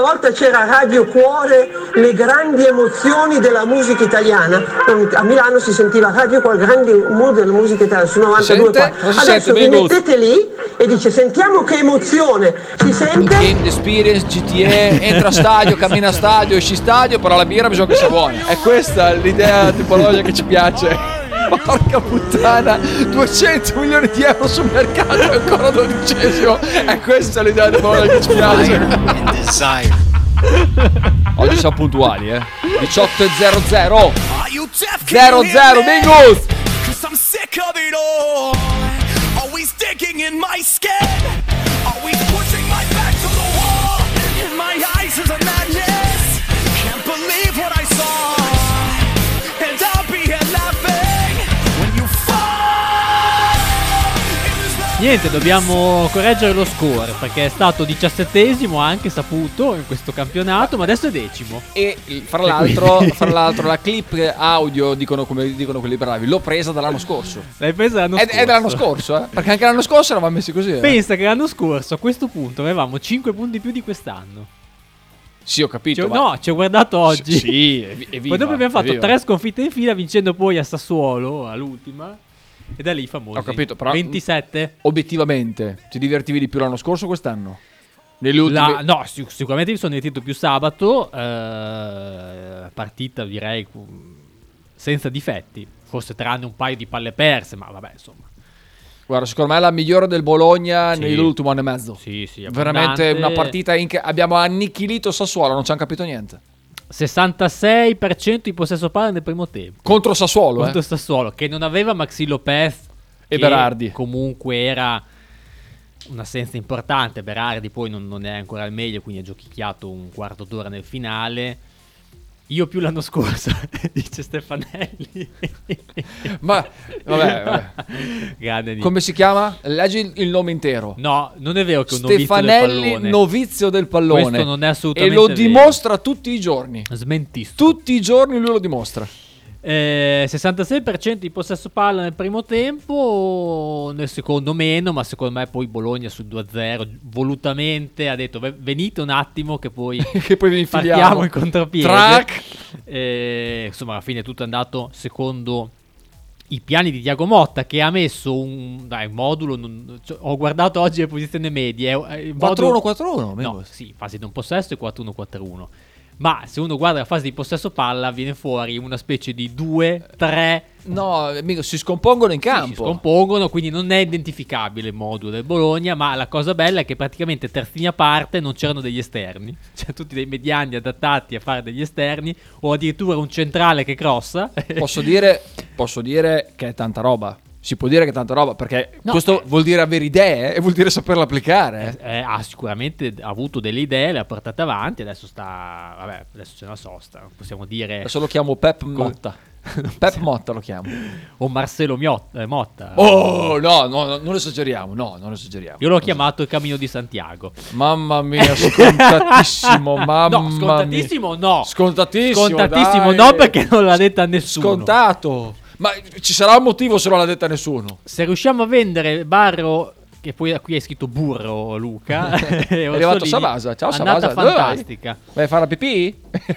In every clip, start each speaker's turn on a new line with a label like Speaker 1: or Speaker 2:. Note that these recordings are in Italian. Speaker 1: volta c'era Radio Cuore, le grandi emozioni della musica italiana. A Milano si sentiva Radio Cuore, grandi mood della musica italiana, su 92
Speaker 2: Sente? Non si
Speaker 1: Adesso
Speaker 2: sente,
Speaker 1: vi
Speaker 2: ben gold.
Speaker 1: mettete lì e dice sentiamo che emozione. Si sente?
Speaker 2: Game Experience, GTE, entra a stadio, cammina a stadio, esci stadio, però la birra bisogna che sia buona.
Speaker 3: È questa l'idea tipologica che ci piace. Porca puttana, 200 milioni di euro sul mercato e ancora dodicesimo. È questa l'idea tipologica che ci piace.
Speaker 4: and desire.
Speaker 2: Oggi siamo puntuali, eh. 18.00.
Speaker 4: Are you deaf?
Speaker 2: Zero,
Speaker 4: Can you
Speaker 2: zero,
Speaker 4: hear me?
Speaker 2: Mingus!
Speaker 4: Cause I'm sick of it all. Always digging in my skin. Always pushing my back to the wall. In my eyes is a madness. Can't believe what I saw. And I'll be here laughing when you fall. It was love.
Speaker 5: Niente, dobbiamo correggere lo score perché è stato diciassettesimo, ha anche saputo in questo campionato, ma adesso è decimo.
Speaker 2: E fra l'altro, fra l'altro la clip audio, dicono come dicono quelli bravi, l'ho presa dall'anno scorso.
Speaker 5: L'hai presa l'anno
Speaker 2: È,
Speaker 5: scorso.
Speaker 2: è dell'anno scorso, eh? Perché anche l'anno scorso eravamo messi così. eh.
Speaker 5: Pensa che l'anno scorso a questo punto avevamo 5 punti più di quest'anno.
Speaker 2: Sì, ho capito.
Speaker 5: Ci-
Speaker 2: ma-
Speaker 5: Cioè, no, ci ho guardato oggi.
Speaker 2: Sì, ev- evviva,
Speaker 5: Poi dopo abbiamo fatto
Speaker 2: evviva.
Speaker 5: tre sconfitte in fila, vincendo poi a Sassuolo, all'ultima. E da lì famosi.
Speaker 2: Ho capito, però-
Speaker 5: 27.
Speaker 2: Obiettivamente, ti divertivi di più l'anno scorso o quest'anno? Nelle ultime...
Speaker 5: La- no, sic- sicuramente mi sono divertito più sabato. eh, partita direi mm, senza difetti. Forse tranne un paio di palle perse, ma vabbè, insomma.
Speaker 2: Guarda, secondo me è la migliore del Bologna
Speaker 5: Sì.
Speaker 2: nell'ultimo anno e mezzo.
Speaker 5: Sì, sì, abbondante.
Speaker 2: Veramente una partita in che abbiamo annichilito Sassuolo, non ci hanno capito niente.
Speaker 5: 66% di possesso palla nel primo tempo.
Speaker 2: Contro Sassuolo,
Speaker 5: Contro
Speaker 2: eh.
Speaker 5: Sassuolo, che non aveva Maxi Lopez
Speaker 2: E
Speaker 5: che
Speaker 2: Berardi.
Speaker 5: Comunque era un'assenza importante. Berardi poi non, non è ancora al meglio, quindi ha giochicchiato un quarto d'ora nel finale. Io più l'anno scorso, dice Stefanelli.
Speaker 2: Ma vabbè, vabbè.
Speaker 5: Grande Nick.
Speaker 2: Come si chiama? Leggi il- il nome intero.
Speaker 5: No, non è vero che è un novizio del
Speaker 2: Stefanelli
Speaker 5: pallone.
Speaker 2: novizio del pallone.
Speaker 5: Questo non è
Speaker 2: E
Speaker 5: assolutamente
Speaker 2: lo
Speaker 5: vero.
Speaker 2: dimostra tutti i giorni.
Speaker 5: Smentisco.
Speaker 2: Tutti i giorni lui lo dimostra.
Speaker 5: Eh, 66% di possesso palla nel primo tempo, nel secondo meno, ma secondo me poi Bologna sul 2-0 volutamente ha detto "Ve- venite un attimo che poi
Speaker 2: che poi vi infiliamo.
Speaker 5: partiamo in contropiede.
Speaker 2: Track.
Speaker 5: Eh, insomma, alla fine tutto è andato secondo i piani di Diago Motta che ha messo un dai, un modulo. non- cioè, ho guardato oggi le posizioni medie. eh, eh, il modulo-
Speaker 2: 4-1-4-1,
Speaker 5: No,
Speaker 2: Mingus.
Speaker 5: sì, fase di un possesso e 4-1-4-1. Ma se uno guarda la fase di possesso palla, viene fuori una specie di 2-3
Speaker 2: No, Mingus, si scompongono in campo.
Speaker 5: si scompongono, quindi non è identificabile il modulo del Bologna, ma la cosa bella è che praticamente terzini a parte non c'erano degli esterni, cioè tutti dei mediani adattati a fare degli esterni o addirittura un centrale che crossa.
Speaker 2: posso, dire, posso dire che è tanta roba. Si può dire che è tanta roba perché
Speaker 5: No,
Speaker 2: questo
Speaker 5: eh.
Speaker 2: vuol dire avere idee eh, e vuol dire saperle applicare. eh.
Speaker 5: Eh, ha sicuramente avuto delle idee, le ha portate avanti, adesso sta vabbè, adesso c'è una sosta, non possiamo dire
Speaker 2: Adesso lo chiamo Pep Motta. Pep Motta lo chiamo.
Speaker 5: o Marcelo Miot- eh, Motta.
Speaker 2: Oh, no, no, no, non esageriamo. No, non esageriamo.
Speaker 5: Io l'ho chiamato il Cammino di Santiago.
Speaker 2: Mamma mia, scontatissimo, mamma
Speaker 5: no, scontatissimo
Speaker 2: mia.
Speaker 5: no.
Speaker 2: Scontatissimo,
Speaker 5: Scontatissimo
Speaker 2: dai.
Speaker 5: no perché non l'ha detta nessuno.
Speaker 2: Scontato. Ma ci sarà un motivo se non l'ha detta nessuno.
Speaker 5: Se riusciamo a vendere Barro, che poi qui è scritto Burro Luca, è
Speaker 2: È arrivato Savasa. Ciao
Speaker 5: Andata
Speaker 2: Savasa. Dove vai?
Speaker 5: fantastica.
Speaker 2: Vai a fare la pipì?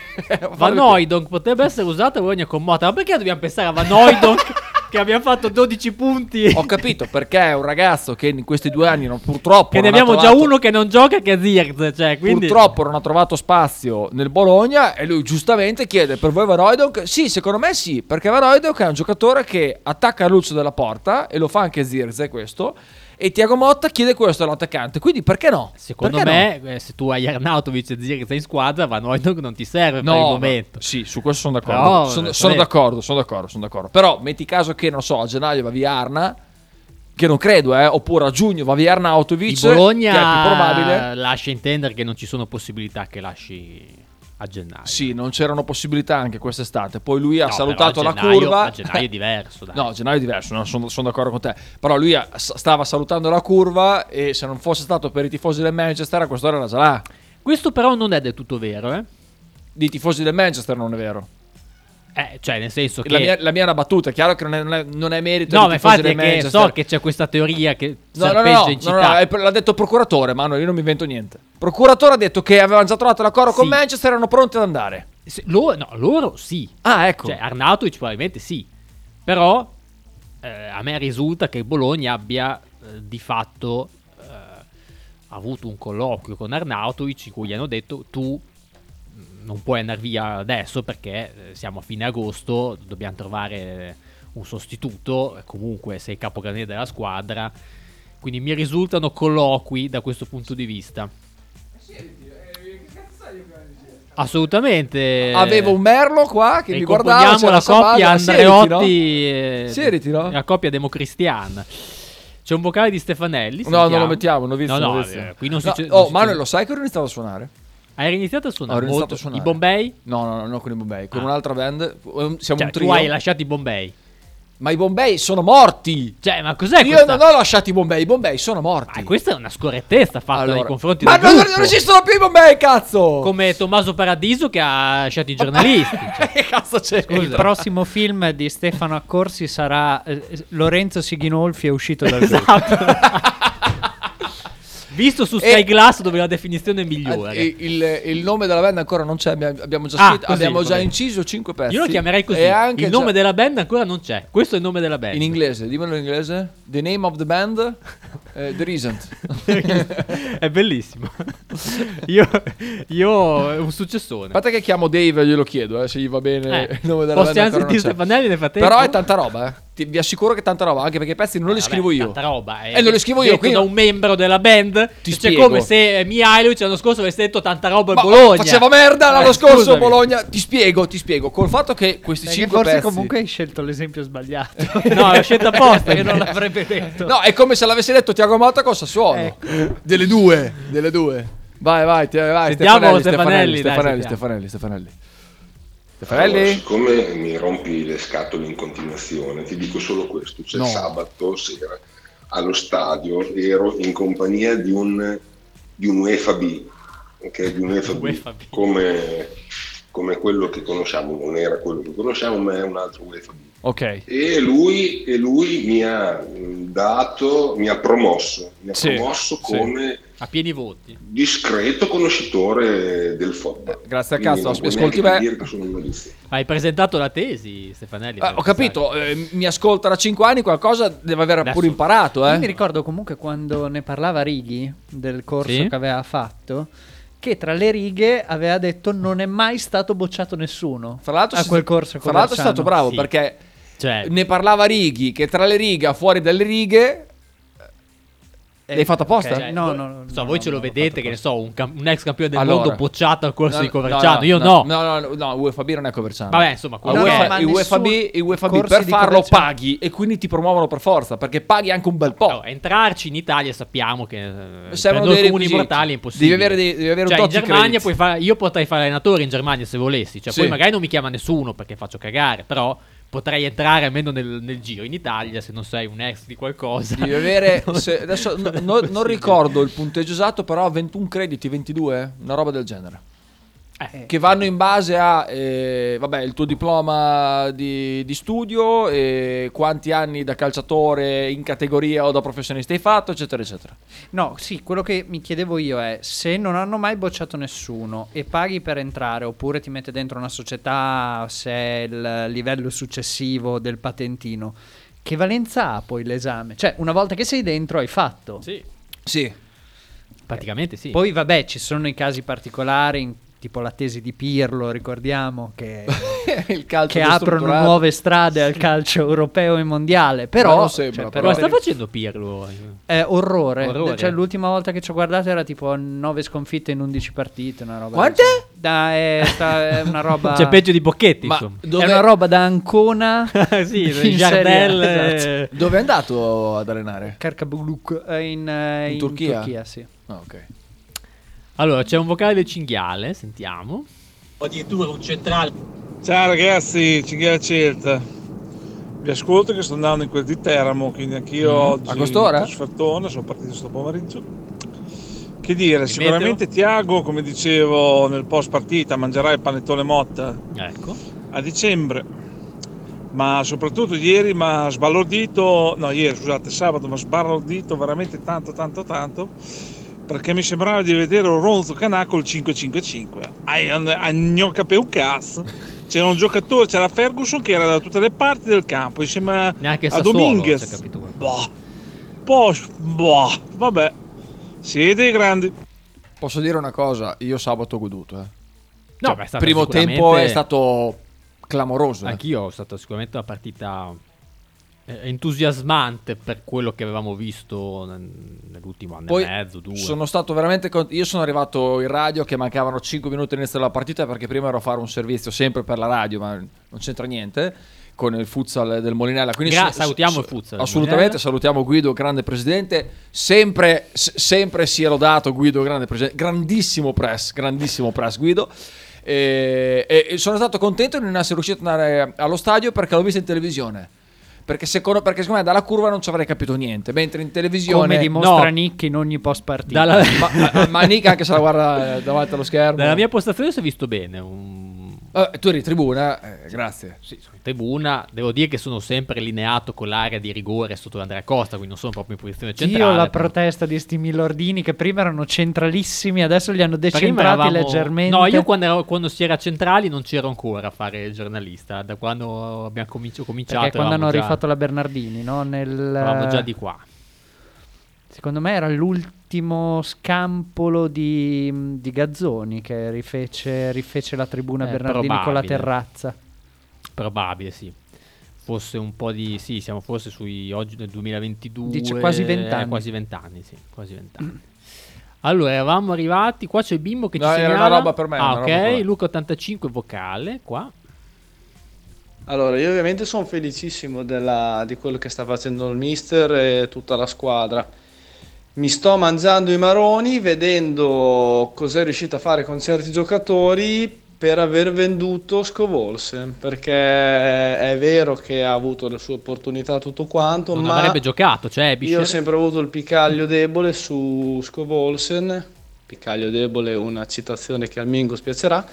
Speaker 5: Van Hooijdonk potrebbe essere usata Bologna con Mota, ma perché dobbiamo pensare a Van Hooijdonk che abbiamo fatto 12 punti?
Speaker 2: Ho capito perché è un ragazzo che in questi due anni non- purtroppo
Speaker 5: Che
Speaker 2: non
Speaker 5: ne
Speaker 2: ha
Speaker 5: abbiamo già
Speaker 2: trovato-
Speaker 5: uno che non gioca che è Zirz, cioè, quindi
Speaker 2: Purtroppo non ha trovato spazio nel Bologna e lui giustamente chiede per voi Van Hooijdonk? Sì, secondo me sì, perché Van Hooijdonk è un giocatore che attacca l'uccio della porta e lo fa anche Zirze questo e Tiago Motta chiede questo all'attaccante, quindi perché no?
Speaker 5: secondo
Speaker 2: Perché
Speaker 5: me eh, se tu hai Arnautovic e Zirz in squadra Van Hooijdonk non ti serve
Speaker 2: no?
Speaker 5: per il
Speaker 2: No,
Speaker 5: momento.
Speaker 2: no, sì, su questo sono d'accordo.
Speaker 5: Però,
Speaker 2: sono,
Speaker 5: eh,
Speaker 2: sono
Speaker 5: vabbè.
Speaker 2: d'accordo, sono d'accordo, sono d'accordo. Però metti caso che non so, a gennaio va via Arna che non credo, eh, oppure a giugno va via Arnautovic,
Speaker 5: Il
Speaker 2: che è più probabile.
Speaker 5: Bologna lascia intendere che non ci sono possibilità che lasci a gennaio.
Speaker 2: Sì, non c'erano possibilità anche quest'estate. Poi lui ha
Speaker 5: No,
Speaker 2: salutato
Speaker 5: però a
Speaker 2: la
Speaker 5: gennaio-
Speaker 2: curva. Eh,
Speaker 5: A gennaio è diverso, dai.
Speaker 2: No, a gennaio è diverso, no, sono, sono d'accordo con te. Però lui ha- s- stava salutando la curva e se non fosse stato per i tifosi del Manchester a quest'ora era già là.
Speaker 5: Questo però non è del tutto vero, eh?
Speaker 2: Di tifosi del Manchester non è vero.
Speaker 5: Eh, cioè, nel senso che...
Speaker 2: La mia, la mia è una battuta, è chiaro che non è, non è- non è merito
Speaker 5: No,
Speaker 2: dei
Speaker 5: ma
Speaker 2: tifosi
Speaker 5: infatti
Speaker 2: del
Speaker 5: è che
Speaker 2: Manchester.
Speaker 5: so che c'è questa teoria che
Speaker 2: No, no, no,
Speaker 5: serpeggia
Speaker 2: no,
Speaker 5: in
Speaker 2: no,
Speaker 5: città.
Speaker 2: no, è- l'ha detto il procuratore, Manuel, io non mi invento niente. Il procuratore ha detto che avevano già trovato l'accordo con
Speaker 5: Sì.
Speaker 2: Manchester erano pronti ad andare.
Speaker 5: Se- loro, no, loro sì.
Speaker 2: Ah, ecco.
Speaker 5: Cioè, Arnautovic probabilmente sì. Però eh, a me risulta che il Bologna abbia eh, di fatto eh, avuto un colloquio con Arnautovic in cui gli hanno detto tu mh, non puoi andare via adesso perché eh, siamo a fine agosto, dobbiamo trovare un sostituto, e comunque sei capogrande della squadra. Quindi mi risultano colloqui da questo punto di vista. Assolutamente.
Speaker 2: Avevo un merlo qua che
Speaker 5: E
Speaker 2: mi guardava,
Speaker 5: componiamo
Speaker 2: c'era
Speaker 5: Eh, la
Speaker 2: Sabata,
Speaker 5: coppia
Speaker 2: siediti, no?
Speaker 5: Andreotti e
Speaker 2: Siediti, no?
Speaker 5: la coppia democristiana. C'è un vocale di Stefanelli.
Speaker 2: No, non
Speaker 5: sentiamo.
Speaker 2: lo mettiamo, non ho visto,
Speaker 5: No,
Speaker 2: non ho
Speaker 5: no,
Speaker 2: visto.
Speaker 5: eh, qui non si
Speaker 2: No,
Speaker 5: c'è- non
Speaker 2: Oh,
Speaker 5: si
Speaker 2: Manuel,
Speaker 5: c'è-
Speaker 2: lo sai che ho iniziato a suonare?
Speaker 5: Hai iniziato a
Speaker 2: Ho
Speaker 5: suonare.
Speaker 2: iniziato
Speaker 5: molto-
Speaker 2: a suonare.
Speaker 5: I Bombay?
Speaker 2: No, no, no, non con i Bombay, con
Speaker 5: Ah.
Speaker 2: un'altra band. eh, Siamo
Speaker 5: Cioè,
Speaker 2: un
Speaker 5: tu hai
Speaker 2: trio.
Speaker 5: lasciato i Bombay.
Speaker 2: Ma i Bombay sono morti.
Speaker 5: Cioè, ma cos'è
Speaker 2: Io
Speaker 5: questa?
Speaker 2: non ho lasciato i Bombay, i Bombay sono morti.
Speaker 5: Ah, questa è una scorrettezza fatta nei
Speaker 2: Allora-
Speaker 5: confronti
Speaker 2: Ma
Speaker 5: del
Speaker 2: non, non
Speaker 5: gruppo.
Speaker 2: esistono più i Bombay, cazzo!
Speaker 5: Come Tommaso Paradiso che ha lasciato i giornalisti. cioè.
Speaker 2: che cazzo c'è?
Speaker 6: Il prossimo film di Stefano Accorsi sarà eh, Lorenzo Sighinolfi è uscito dal gruppo.
Speaker 5: Visto su
Speaker 2: Esatto. E-
Speaker 5: Sky Glass dove la definizione è migliore.
Speaker 2: Eh, Il, il nome della band ancora non c'è, abbiamo abbiamo già,
Speaker 5: Ah,
Speaker 2: scritto-
Speaker 5: così,
Speaker 2: abbiamo già
Speaker 5: vabbè.
Speaker 2: inciso 5 pezzi.
Speaker 5: Io lo chiamerei così.
Speaker 2: E anche
Speaker 5: il nome
Speaker 2: già-
Speaker 5: della band ancora non c'è. Questo è il nome della band.
Speaker 2: In inglese, dimmelo in inglese. The name of the band, eh, The Reason.
Speaker 5: è bellissimo. io, io è un successone.
Speaker 2: Aspetta che chiamo Dave e glielo chiedo, eh, se gli va bene
Speaker 5: Eh,
Speaker 2: il nome della
Speaker 5: possiamo
Speaker 2: band ancora non
Speaker 5: sentire
Speaker 2: c'è.
Speaker 5: Stefanelli nel frattempo?
Speaker 2: Però è tanta roba, eh. Ti- vi assicuro che è tanta roba, anche perché i pezzi non li
Speaker 5: Vabbè,
Speaker 2: scrivo io.
Speaker 5: Tanta roba. È
Speaker 2: Eh, non li scrivo io,
Speaker 5: detto
Speaker 2: quindi-
Speaker 5: da un membro della band.
Speaker 2: Ti
Speaker 5: cioè,
Speaker 2: spiego.
Speaker 5: come se eh, Mihailovic l'anno scorso avesse detto tanta roba a
Speaker 2: Ma
Speaker 5: Bologna.
Speaker 2: faceva merda l'anno
Speaker 5: Eh,
Speaker 2: scorso
Speaker 5: scusami. Eh,
Speaker 2: Bologna. Ti spiego, ti spiego. Col fatto che questi
Speaker 6: Perché
Speaker 2: 5
Speaker 6: forse
Speaker 2: pezzi
Speaker 6: comunque hai scelto l'esempio sbagliato.
Speaker 5: No, l'ho scelta apposta.
Speaker 6: Che non l'avrebbe detto.
Speaker 2: No, è come se l'avessi detto Tiago Motta con Sassuolo.
Speaker 5: Ecco.
Speaker 2: Delle due, delle due. Vai, vai, ti- vai.
Speaker 5: Sentiamo
Speaker 2: Stefanelli, Stefanelli, Stefanelli,
Speaker 5: Stefanelli, dai, sentiamo.
Speaker 2: Stefanelli, Stefanelli.
Speaker 7: Allora,
Speaker 2: Stefanelli?
Speaker 7: siccome mi rompi le scatole in continuazione, ti dico solo questo: cioè sabato sera allo stadio ero in compagnia di un, di un UEFA B, ok? Di un UEFA B,
Speaker 5: UEFA B.
Speaker 7: Come, come quello che conosciamo, non era quello che conosciamo, ma è un altro UEFA B.
Speaker 2: Ok.
Speaker 7: E lui, e lui mi ha mh, dato, mi ha promosso, mi ha
Speaker 2: Sì,
Speaker 7: promosso
Speaker 2: sì.
Speaker 7: come
Speaker 5: A pieni voti.
Speaker 7: discreto conoscitore del football.
Speaker 2: Grazie al
Speaker 7: Quindi
Speaker 2: cazzo,
Speaker 7: non puoi
Speaker 2: ascolti
Speaker 7: neanche
Speaker 2: me.
Speaker 7: dire che sono un malissimo.
Speaker 5: Hai presentato la tesi, Stefanelli.
Speaker 2: Eh, ho capito, eh, mi ascolta da 5 anni, qualcosa deve aver
Speaker 5: Adesso-
Speaker 2: pure imparato,
Speaker 6: Io mi
Speaker 2: eh.
Speaker 6: ricordo comunque quando ne parlava Righi del corso
Speaker 5: Sì.
Speaker 6: che aveva fatto, che tra le righe aveva detto non è mai stato bocciato nessuno
Speaker 2: Fra l'altro,
Speaker 6: a
Speaker 2: sei-
Speaker 6: quel corso. Eh.
Speaker 2: fra l'altro è stato bravo
Speaker 5: Sì.
Speaker 2: perché
Speaker 5: Cioè,
Speaker 2: ne parlava Righi che tra le righe, fuori dalle righe, l'hai fatto apposta?
Speaker 5: Cioè,
Speaker 6: Eh, No,
Speaker 5: voi-
Speaker 6: no, no,
Speaker 5: so,
Speaker 6: no,
Speaker 5: voi ce
Speaker 6: no,
Speaker 5: lo
Speaker 6: l'ho
Speaker 5: vedete,
Speaker 6: fatto
Speaker 5: che ne so, un, cam- un ex campione del
Speaker 2: Allora.
Speaker 5: mondo bocciato al corso
Speaker 2: No,
Speaker 5: di
Speaker 2: no,
Speaker 5: Coverciano. Io no.
Speaker 2: No, no, no, no, UEFA B non è Coverciano.
Speaker 5: Vabbè, insomma,
Speaker 2: La
Speaker 5: quello
Speaker 6: No,
Speaker 5: che
Speaker 2: UEFA
Speaker 5: è.
Speaker 6: ma
Speaker 2: il UEFA B,
Speaker 6: nessun
Speaker 2: il UEFA B
Speaker 6: corso
Speaker 2: per
Speaker 6: di
Speaker 2: farlo
Speaker 6: Coverciano.
Speaker 2: paghi e quindi ti promuovono per forza perché paghi anche un bel
Speaker 5: No,
Speaker 2: po'.
Speaker 5: entrarci in Italia sappiamo che eh, per
Speaker 2: Servono
Speaker 5: noi
Speaker 2: dei
Speaker 5: comuni
Speaker 2: requisiti.
Speaker 5: mortali è impossibile.
Speaker 2: Devi avere dei- devi avere un
Speaker 5: cioè,
Speaker 2: tot
Speaker 5: in
Speaker 2: di
Speaker 5: Germania
Speaker 2: credits.
Speaker 5: puoi fare, io potrei fare allenatore in Germania se volessi. Cioè,
Speaker 2: Sì.
Speaker 5: poi magari non mi chiama nessuno perché faccio cagare, però potrei entrare almeno nel, nel giro. In Italia, se non sei un ex di qualcosa,
Speaker 2: Devi avere
Speaker 5: non-
Speaker 2: se- adesso no- no-
Speaker 5: è
Speaker 2: non
Speaker 5: possibile.
Speaker 2: ricordo il punteggio esatto, però 21 crediti, 22, una roba del genere.
Speaker 5: Eh,
Speaker 2: Che vanno in base a eh, vabbè, il tuo diploma di, di studio, e quanti anni da calciatore in categoria o da professionista hai fatto, eccetera, eccetera.
Speaker 6: No, sì, quello che mi chiedevo io è se non hanno mai bocciato nessuno e paghi per entrare oppure ti mette dentro una società se è il livello successivo del patentino, che valenza ha poi l'esame? Cioè, una volta che sei dentro hai fatto.
Speaker 5: sì,
Speaker 2: Sì,
Speaker 5: praticamente sì.
Speaker 6: Poi vabbè, ci sono i casi particolari, in- tipo la tesi di Pirlo, ricordiamo che
Speaker 2: il calcio
Speaker 6: che aprono
Speaker 2: destrutturato.
Speaker 6: nuove strade al calcio europeo e mondiale.
Speaker 2: Ma
Speaker 6: Però, cioè,
Speaker 2: non sembra, però.
Speaker 6: però
Speaker 5: Cosa sta facendo Pirlo?
Speaker 6: è orrore.
Speaker 5: Orrore.
Speaker 6: Cioè, l'ultima volta che ci ho guardato era tipo 9 sconfitte in 11 partite. Una roba
Speaker 2: Quante?
Speaker 6: del genere. Da, è, Eh, sta- è una roba.
Speaker 5: C'è Cioè, peggio di Bocchetti,
Speaker 2: Ma
Speaker 5: insomma.
Speaker 6: È
Speaker 2: dove,
Speaker 6: una roba da Ancona.
Speaker 5: sì,
Speaker 6: in Serie A,
Speaker 5: Jardel,
Speaker 6: esatto.
Speaker 5: eh,
Speaker 2: dove è andato ad allenare?
Speaker 6: Karkabluk, eh, in, eh,
Speaker 2: In
Speaker 6: in
Speaker 2: Turchia?
Speaker 6: Turchia. sì.
Speaker 2: Ah, ok.
Speaker 5: Allora, c'è un vocale del cinghiale, sentiamo.
Speaker 8: addirittura un centrale.
Speaker 9: Ciao ragazzi, Cinghiale Celta. Vi ascolto che sto andando in quel di Teramo, quindi anch'io oggi
Speaker 2: Mm, a quest'ora?
Speaker 9: sono soddisfattone, sono partito sto pomeriggio. Che dire,
Speaker 5: Mi
Speaker 9: sicuramente Tiago, come dicevo nel post partita, mangerà il panettone Motta.
Speaker 5: Ecco.
Speaker 9: a dicembre, ma soprattutto ieri mi ha sbalordito, no ieri scusate, sabato mi ha sbalordito veramente tanto tanto tanto perché mi sembrava di vedere un Ronzo Canà col 5-5-5. Ai- ai- Non capivo un cazzo. C'era un giocatore, c'era Ferguson che era da tutte le parti del campo, insieme a-
Speaker 5: Neanche
Speaker 9: a
Speaker 5: Sassuolo,
Speaker 9: Dominguez.
Speaker 5: c'è capito qualcosa.
Speaker 9: Boh. Boh, boh, vabbè. Siete i grandi.
Speaker 2: Posso dire una cosa? Io sabato ho goduto. Eh.
Speaker 5: No,
Speaker 2: Cioè,
Speaker 5: beh, è stato
Speaker 2: primo
Speaker 5: sicuramente-
Speaker 2: tempo è stato
Speaker 6: Certo.
Speaker 2: clamoroso. eh.
Speaker 5: Anch'io è stata sicuramente una partita eh, entusiasmante per quello che avevamo visto nel- nell'ultimo anno
Speaker 2: Poi
Speaker 5: e mezzo, due.
Speaker 2: sono stato veramente. con- Io sono arrivato in radio che mancavano 5 minuti all'inizio della partita perché prima ero a fare un servizio sempre per la radio, ma non c'entra niente. Con il futsal del Molinella. Quindi
Speaker 5: Gra-
Speaker 2: so-
Speaker 5: salutiamo
Speaker 2: so-
Speaker 5: il futsal del
Speaker 2: Assolutamente,
Speaker 5: Molinella.
Speaker 2: salutiamo Guido, grande presidente. Sempre, s- sempre si è lodato Guido, grande presidente. Grandissimo press, grandissimo press Guido. E, e- e sono stato contento di non essere riuscito ad andare allo stadio perché l'ho visto in televisione. Perché secondo, perché secondo me dalla curva non ci avrei capito niente. Mentre in televisione.
Speaker 6: Come dimostra
Speaker 5: no.
Speaker 6: Nick in ogni post partita.
Speaker 5: Dalla,
Speaker 2: Ma, ma- ma Nick anche se la guarda eh, davanti allo schermo.
Speaker 5: dalla mia postazione si è visto bene. Un...
Speaker 2: Eh, tu eri in tribuna, eh, grazie.
Speaker 5: Sì, sono in tribuna. Devo dire che sono sempre lineato con l'area di rigore sotto l'Andrea Costa, quindi non sono proprio in posizione centrale.
Speaker 6: Io la
Speaker 5: però-
Speaker 6: protesta di sti milordini che prima erano centralissimi, adesso li hanno
Speaker 5: Perché prima
Speaker 6: decentrati
Speaker 5: eravamo-
Speaker 6: leggermente.
Speaker 5: No, io quando, ero- quando si era a centrali non c'ero ancora a fare il giornalista. Da quando abbiamo cominci- ho cominciato.
Speaker 6: Perché quando hanno
Speaker 5: eravamo già-
Speaker 6: rifatto la Bernardini, no? Nel,
Speaker 5: Eravamo già di qua.
Speaker 6: Secondo me era l'ultimo scampolo di, di Gazzoni che rifece, rifece la tribuna
Speaker 5: Eh,
Speaker 6: Bernardini con la
Speaker 5: probabile.
Speaker 6: terrazza.
Speaker 5: Probabile, sì. Forse un po' di. Sì, siamo forse sui oggi del 2022.
Speaker 6: Dice quasi vent'anni.
Speaker 5: eh, quasi vent'anni, sì. Quasi vent'anni. Allora, eravamo arrivati. Qua c'è il bimbo che ci
Speaker 2: No, era
Speaker 5: segnala.
Speaker 2: una roba per me,
Speaker 5: Ah,
Speaker 2: una
Speaker 5: ok.
Speaker 2: roba per me.
Speaker 5: Luca 85 vocale qua.
Speaker 10: Allora, io ovviamente sono felicissimo della- di quello che sta facendo il mister e tutta la squadra. Mi sto mangiando i maroni vedendo cos'è riuscito a fare con certi giocatori per aver venduto Scovolsen, perché è vero che ha avuto le sue opportunità tutto quanto,
Speaker 5: Non
Speaker 10: ma
Speaker 5: avrebbe giocato, cioè
Speaker 10: io ho
Speaker 5: Bischer.
Speaker 10: sempre avuto il piccaglio debole su Scovolsen, piccaglio debole, una citazione che al Mingo spiacerà,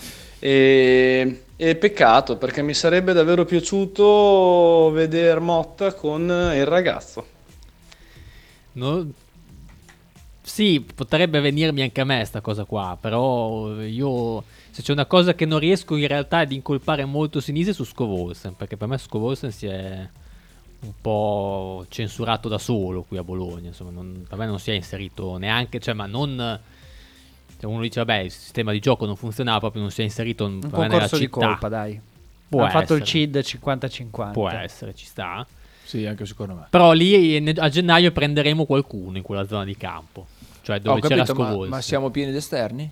Speaker 10: e, e peccato perché mi sarebbe davvero piaciuto vedere Motta con il ragazzo.
Speaker 5: No- Sì, potrebbe venirmi anche a me sta cosa qua, però io se c'è una cosa che non riesco in realtà è di incolpare molto Sinise su Scovolsen, perché per me Scovolsen si è un po' censurato da solo qui a Bologna, insomma, non, per me non si è inserito neanche, cioè ma non cioè, uno dice vabbè, il sistema di gioco non funzionava proprio, non si è inserito
Speaker 6: Un
Speaker 5: per me nella
Speaker 6: concorso di
Speaker 5: città.
Speaker 6: colpa, dai.
Speaker 5: Può
Speaker 6: ha fatto il
Speaker 5: essere.
Speaker 6: CID 50-50.
Speaker 5: Può essere, ci sta.
Speaker 2: Sì, anche secondo me.
Speaker 5: Però lì eh, ne- a gennaio prenderemo qualcuno in quella zona di campo. Cioè dove
Speaker 2: Ho
Speaker 5: c'era
Speaker 2: capito, ma,
Speaker 5: Scovolsen.
Speaker 2: ma siamo pieni di esterni?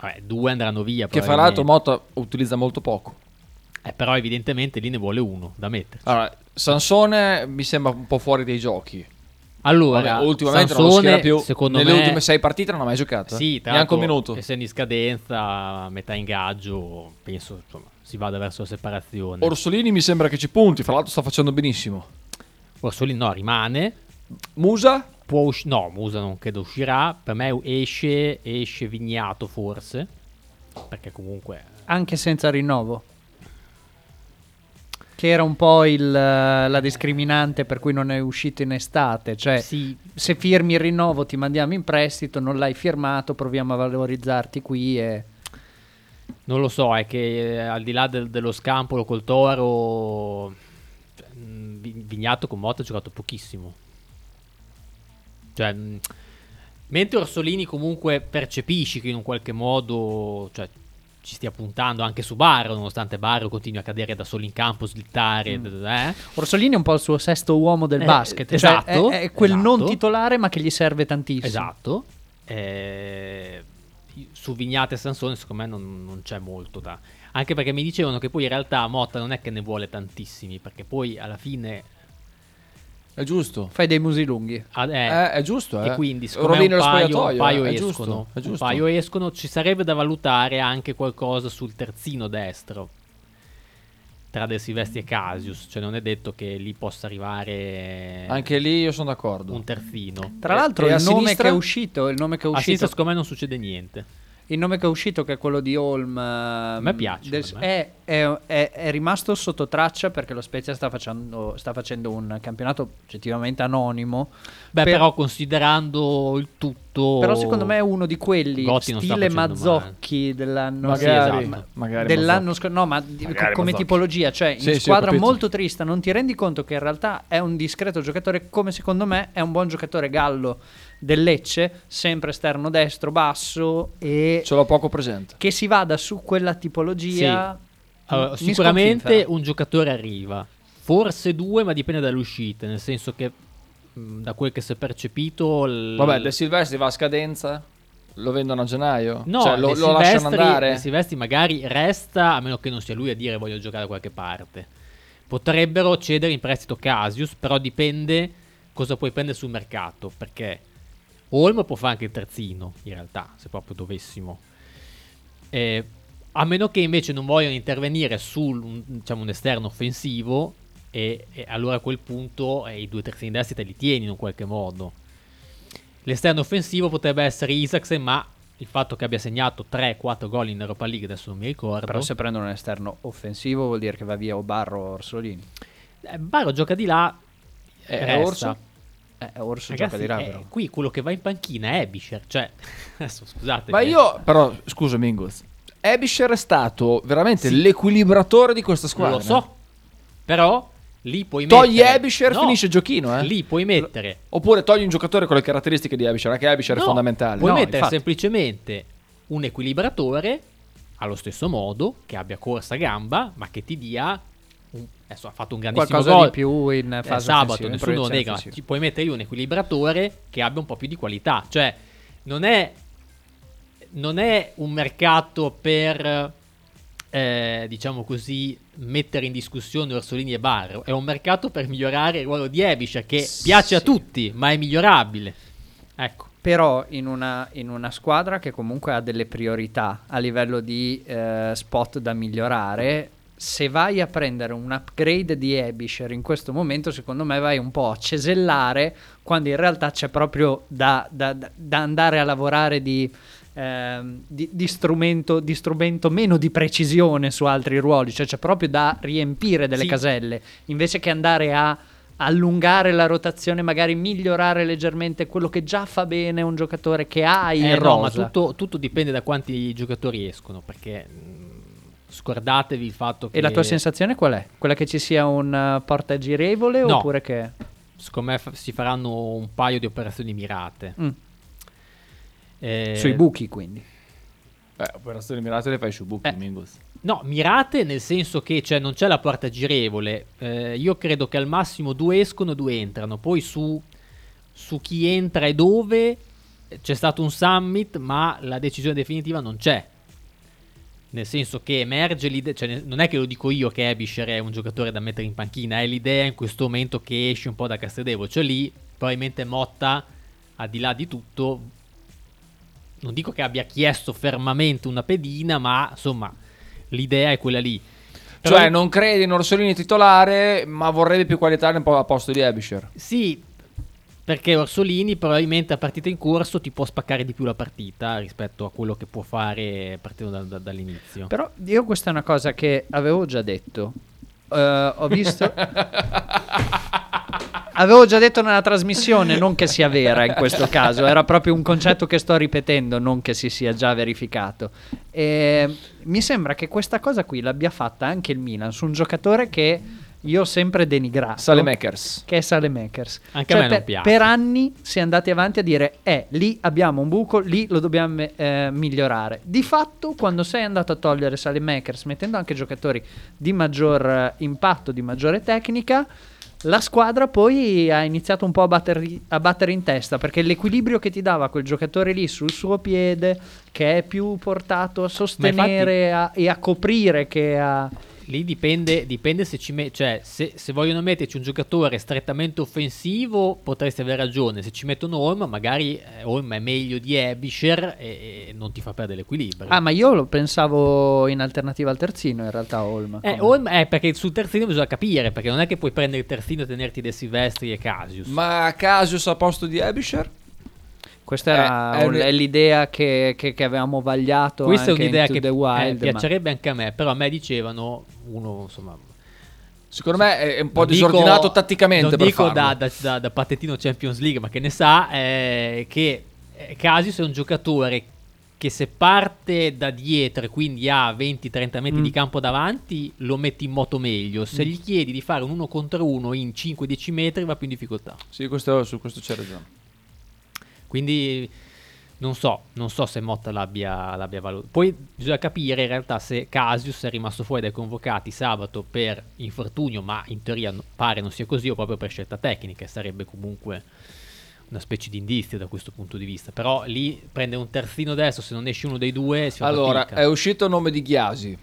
Speaker 5: Vabbè, due andranno via.
Speaker 2: Che fra l'altro Motta utilizza molto poco.
Speaker 5: probabilmente. Eh, però evidentemente lì ne vuole uno da metterci.
Speaker 2: Allora, Sansone mi sembra un po' fuori dai giochi.
Speaker 5: Allora,
Speaker 2: Vabbè, ultimamente non lo
Speaker 5: Sansone,
Speaker 2: schiera più.
Speaker 5: Secondo
Speaker 2: Nelle
Speaker 5: me,
Speaker 2: ultime sei partite non ha mai giocato. eh?
Speaker 5: Sì, tra
Speaker 2: neanche un
Speaker 5: l'altro,
Speaker 2: minuto.
Speaker 5: Essendo in scadenza, metà ingaggio, penso insomma, si vada verso la separazione.
Speaker 2: Orsolini mi sembra che ci punti, fra l'altro sta facendo benissimo.
Speaker 5: Orsolini no, rimane.
Speaker 2: Musa?
Speaker 5: Può usci- no, Musa non credo uscirà. Per me esce, esce Vignato forse. Perché comunque
Speaker 6: Anche senza rinnovo. Che era un po' il, eh, la discriminante per cui non è uscito in estate. Cioè,
Speaker 2: Eh,
Speaker 5: Sì.
Speaker 6: se firmi il rinnovo ti mandiamo in prestito, non l'hai firmato, proviamo a valorizzarti qui e...
Speaker 5: Non lo so, è che eh, al di là del- dello scampolo col Toro, cioè, mh, Vi- Vignato con Motta ha giocato pochissimo. Cioè, mh, mentre Orsolini comunque percepisci che in un qualche modo cioè, ci stia puntando anche su Barro, nonostante Barro continui a cadere da solo in campo, slittare. d- d- eh.
Speaker 6: Orsolini è un po' il suo sesto uomo del
Speaker 5: Eh,
Speaker 6: basket.
Speaker 5: esatto,
Speaker 6: Cioè, è, è quel non
Speaker 5: esatto.
Speaker 6: titolare, ma che gli serve tantissimo.
Speaker 5: Esatto. Eh, su Vignate e Sansone, secondo me, non, non c'è molto da. Anche perché mi dicevano che poi in realtà Motta non è che ne vuole tantissimi, perché poi alla fine.
Speaker 2: È giusto.
Speaker 6: Fai dei musi lunghi.
Speaker 5: ah, eh,
Speaker 2: Eh, è giusto, eh.
Speaker 5: E quindi, secondo me,
Speaker 2: Rovina
Speaker 5: un
Speaker 2: lo
Speaker 5: paio,
Speaker 2: spogliatoio,
Speaker 5: un paio
Speaker 2: eh, è giusto,
Speaker 5: escono.
Speaker 2: è giusto.
Speaker 5: Un paio escono. Ci sarebbe da valutare anche qualcosa sul terzino destro tra De Silvestri e Casius. Cioè, non è detto che lì possa arrivare
Speaker 2: Anche lì io sono d'accordo.
Speaker 5: Eh. un terzino. Eh,
Speaker 6: Tra l'altro,
Speaker 2: e a
Speaker 6: il nome
Speaker 2: sinistra?
Speaker 6: che è uscito, il nome che è
Speaker 5: A
Speaker 6: uscito
Speaker 5: sinistra, secondo me, non succede niente.
Speaker 6: Il nome che è uscito, che è quello di Holm, a
Speaker 5: me piace, a me.
Speaker 6: è, è- è- è rimasto sotto traccia perché lo Spezia sta facendo, sta facendo un campionato oggettivamente anonimo.
Speaker 5: Beh,
Speaker 6: Per-
Speaker 5: però considerando il tutto.
Speaker 6: Però secondo me è uno di quelli
Speaker 5: Oh. Gotti non sta
Speaker 6: stile
Speaker 5: facendo esatto.
Speaker 6: Mazzocchi dell'anno
Speaker 5: Magari,
Speaker 6: Sì,
Speaker 5: ma-
Speaker 2: magari
Speaker 6: dell'anno scorso, no, ma di- co- come tipologia, cioè
Speaker 2: Sì, sì,
Speaker 6: in
Speaker 2: ho
Speaker 6: squadra
Speaker 2: capito.
Speaker 6: molto trista, non ti rendi conto che in realtà è un discreto giocatore come secondo me è un buon giocatore gallo del Lecce, sempre esterno destro, basso e
Speaker 2: Ce l'ho poco presente.
Speaker 6: che si vada su quella tipologia
Speaker 5: Allora,
Speaker 6: mi
Speaker 5: sicuramente
Speaker 6: sconfinfera.
Speaker 5: un giocatore arriva, forse due, ma dipende dalle uscite. Nel senso che, mh, da quel che si è percepito, l-
Speaker 2: Vabbè, De Silvestri va a scadenza, lo vendono a gennaio,
Speaker 5: no,
Speaker 2: cioè, lo,
Speaker 5: De
Speaker 2: lo lasciano
Speaker 5: Silvestri-
Speaker 2: andare.
Speaker 5: De Silvestri magari resta, a meno che non sia lui a dire voglio giocare da qualche parte. Potrebbero cedere in prestito Casius, però dipende cosa puoi prendere sul mercato. Perché Olmo può fare anche il terzino, in realtà, se proprio dovessimo. Eh, a meno che invece non vogliono intervenire su un, diciamo, un esterno offensivo, e, e allora a quel punto eh, i due terzini destri te li tieni in un qualche modo. L'esterno offensivo potrebbe essere Isaacsen, ma il fatto che abbia segnato 3-4 gol in Europa League, adesso non mi ricordo.
Speaker 6: Però se prendono un esterno offensivo vuol dire che va via o Barro o Orsolini.
Speaker 5: Eh, Baro gioca di là,
Speaker 2: Eh,
Speaker 5: resta.
Speaker 2: Orso?
Speaker 6: Eh, Orso gioca
Speaker 5: Ragazzi,
Speaker 6: di là
Speaker 5: eh,
Speaker 6: però.
Speaker 5: qui quello che va in panchina è Bisher. Cioè, adesso scusate. eh.
Speaker 2: Ma
Speaker 5: che-
Speaker 2: io, però, scusami Mingus, Ebisher è stato veramente l'equilibratore di questa squadra.
Speaker 5: Lo so. Però lì puoi
Speaker 2: Togli
Speaker 5: mettere...
Speaker 2: Ebisher,
Speaker 5: No,
Speaker 2: finisce il giochino, eh.
Speaker 5: Lì puoi mettere...
Speaker 2: Oppure togli un giocatore con le caratteristiche di Ebisher, anche Ebisher è
Speaker 5: No,
Speaker 2: fondamentale.
Speaker 5: Puoi
Speaker 2: No,
Speaker 5: mettere
Speaker 2: infatti.
Speaker 5: semplicemente un equilibratore allo stesso modo, che abbia corsa a gamba, ma che ti dia... un- Adesso ha fatto un grandissimo
Speaker 6: Qualcosa
Speaker 5: gol.
Speaker 6: di più in
Speaker 5: Eh,
Speaker 6: fase
Speaker 5: sabato,
Speaker 6: offensiva, in
Speaker 5: nessuno lo
Speaker 6: proiezione
Speaker 5: nega, ma
Speaker 6: offensiva.
Speaker 5: ci puoi mettere lì un equilibratore che abbia un po' più di qualità. Cioè, non è, non è un mercato per, eh, diciamo così, mettere in discussione Orsolini e Barro. È un mercato per migliorare il ruolo di Ebisher, che piace a tutti, ma è migliorabile. Ecco.
Speaker 6: Però in una, in una squadra che comunque ha delle priorità a livello di eh, spot da migliorare, se vai a prendere un upgrade di Ebisher in questo momento, secondo me vai un po' a cesellare quando in realtà c'è proprio da, da- da- da andare a lavorare di, ehm, di- di strumento, di strumento meno di precisione su altri ruoli, cioè c'è proprio da riempire delle
Speaker 5: Sì.
Speaker 6: caselle invece che andare a allungare la rotazione, magari migliorare leggermente quello che già fa bene un giocatore che ha in
Speaker 5: Eh, no, ma
Speaker 6: rosa.
Speaker 5: tutto, tutto dipende da quanti giocatori escono, perché mh, scordatevi il fatto che...
Speaker 6: E la tua sensazione qual è? Quella che ci sia un eh, porta girevole
Speaker 5: No.
Speaker 6: oppure che
Speaker 5: Secondo me fa- si faranno un paio di operazioni mirate.
Speaker 6: Mm.
Speaker 5: Eh,
Speaker 6: sui buchi quindi.
Speaker 2: Beh, operazioni mirate le fai su buchi,
Speaker 6: Eh.
Speaker 2: Mingus.
Speaker 5: No, mirate nel senso che cioè, non c'è la porta girevole. Eh, io credo che al massimo due escono, due entrano. Poi su, su chi entra e dove eh, c'è stato un summit, ma la decisione definitiva non c'è. Nel senso che emerge l'idea, cioè, ne- non è che lo dico io che Ebisher è un giocatore da mettere in panchina, è l'idea in questo momento che esce un po' da Castredevo. Cioè lì probabilmente Motta, al di là di tutto, non dico che abbia chiesto fermamente una pedina, ma insomma l'idea è quella lì. Però-
Speaker 2: Cioè, non crede in Orsolini titolare, ma vorrebbe più qualità un po' al posto di Ebisher.
Speaker 5: Sì, perché Orsolini probabilmente a partita in corso ti può spaccare di più la partita rispetto a quello che può fare partendo da- da- dall'inizio.
Speaker 6: Però io questa è una cosa che avevo già detto. Eh, ho visto Avevo già detto nella trasmissione, non che sia vera in questo caso, era proprio un concetto che sto ripetendo, non che si sia già verificato. E mi sembra che questa cosa qui l'abbia fatta anche il Milan su un giocatore che io ho sempre denigrato.
Speaker 2: Salemakers.
Speaker 6: Che è Salemakers. Cioè,
Speaker 5: Anche a me non
Speaker 6: per,
Speaker 5: piace.
Speaker 6: per anni si è andati avanti a dire, eh, lì abbiamo un buco, lì lo dobbiamo eh, migliorare. Di fatto, quando sei andato a togliere Salemakers, mettendo anche giocatori di maggior eh, impatto, di maggiore tecnica, la squadra poi ha iniziato un po' a batterli- a battere, in testa perché l'equilibrio che ti dava quel giocatore lì sul suo piede, che è più portato a sostenere a- e a coprire che a...
Speaker 5: Lì dipende, dipende se ci me- cioè, se, se vogliono metterci un giocatore strettamente offensivo, potresti avere ragione. Se ci mettono Holm, magari eh, Holm è meglio di Ebisher e, e non ti fa perdere l'equilibrio.
Speaker 6: Ah, ma io lo pensavo in alternativa al terzino, in realtà, Holm.
Speaker 5: Eh,
Speaker 6: Come-
Speaker 5: Holm- eh, perché sul terzino bisogna capire, perché non è che puoi prendere il terzino e tenerti De Silvestri e Casius.
Speaker 2: Ma Casius al posto di Ebisher?
Speaker 6: Questa era
Speaker 5: Eh, eh,
Speaker 6: un- è l'idea che, che- che avevamo vagliato.
Speaker 5: Questa è
Speaker 6: anche in
Speaker 5: un'idea
Speaker 6: To
Speaker 5: che
Speaker 6: the
Speaker 5: eh,
Speaker 6: Wild, ma-
Speaker 5: piacerebbe anche a me, però a me dicevano uno, insomma,
Speaker 2: Secondo me è è un po'
Speaker 5: non dico-
Speaker 2: disordinato tatticamente
Speaker 5: Non
Speaker 2: per
Speaker 5: dico
Speaker 2: farlo.
Speaker 5: da, da, da- da patentino Champions League, ma che ne sa, eh, che eh, Casis è un giocatore che se parte da dietro, e quindi ha 20-30 metri
Speaker 2: Mm.
Speaker 5: di campo davanti, lo metti in moto meglio. Se gli chiedi di fare un 1 contro 1 in 5-10 metri, va più in difficoltà.
Speaker 2: Sì, questo- su questo c'è ragione.
Speaker 5: Quindi non so, non so se Motta l'abbia, l'abbia valutato. Poi bisogna capire in realtà se Casius è rimasto fuori dai convocati sabato per infortunio, ma in teoria no- pare non sia così, o proprio per scelta tecnica, e sarebbe comunque una specie di indizio da questo punto di vista. Però lì prende un terzino adesso, se non esce uno dei due si fa
Speaker 2: Allora,
Speaker 5: fatica.
Speaker 2: è uscito il nome di Ghiasi.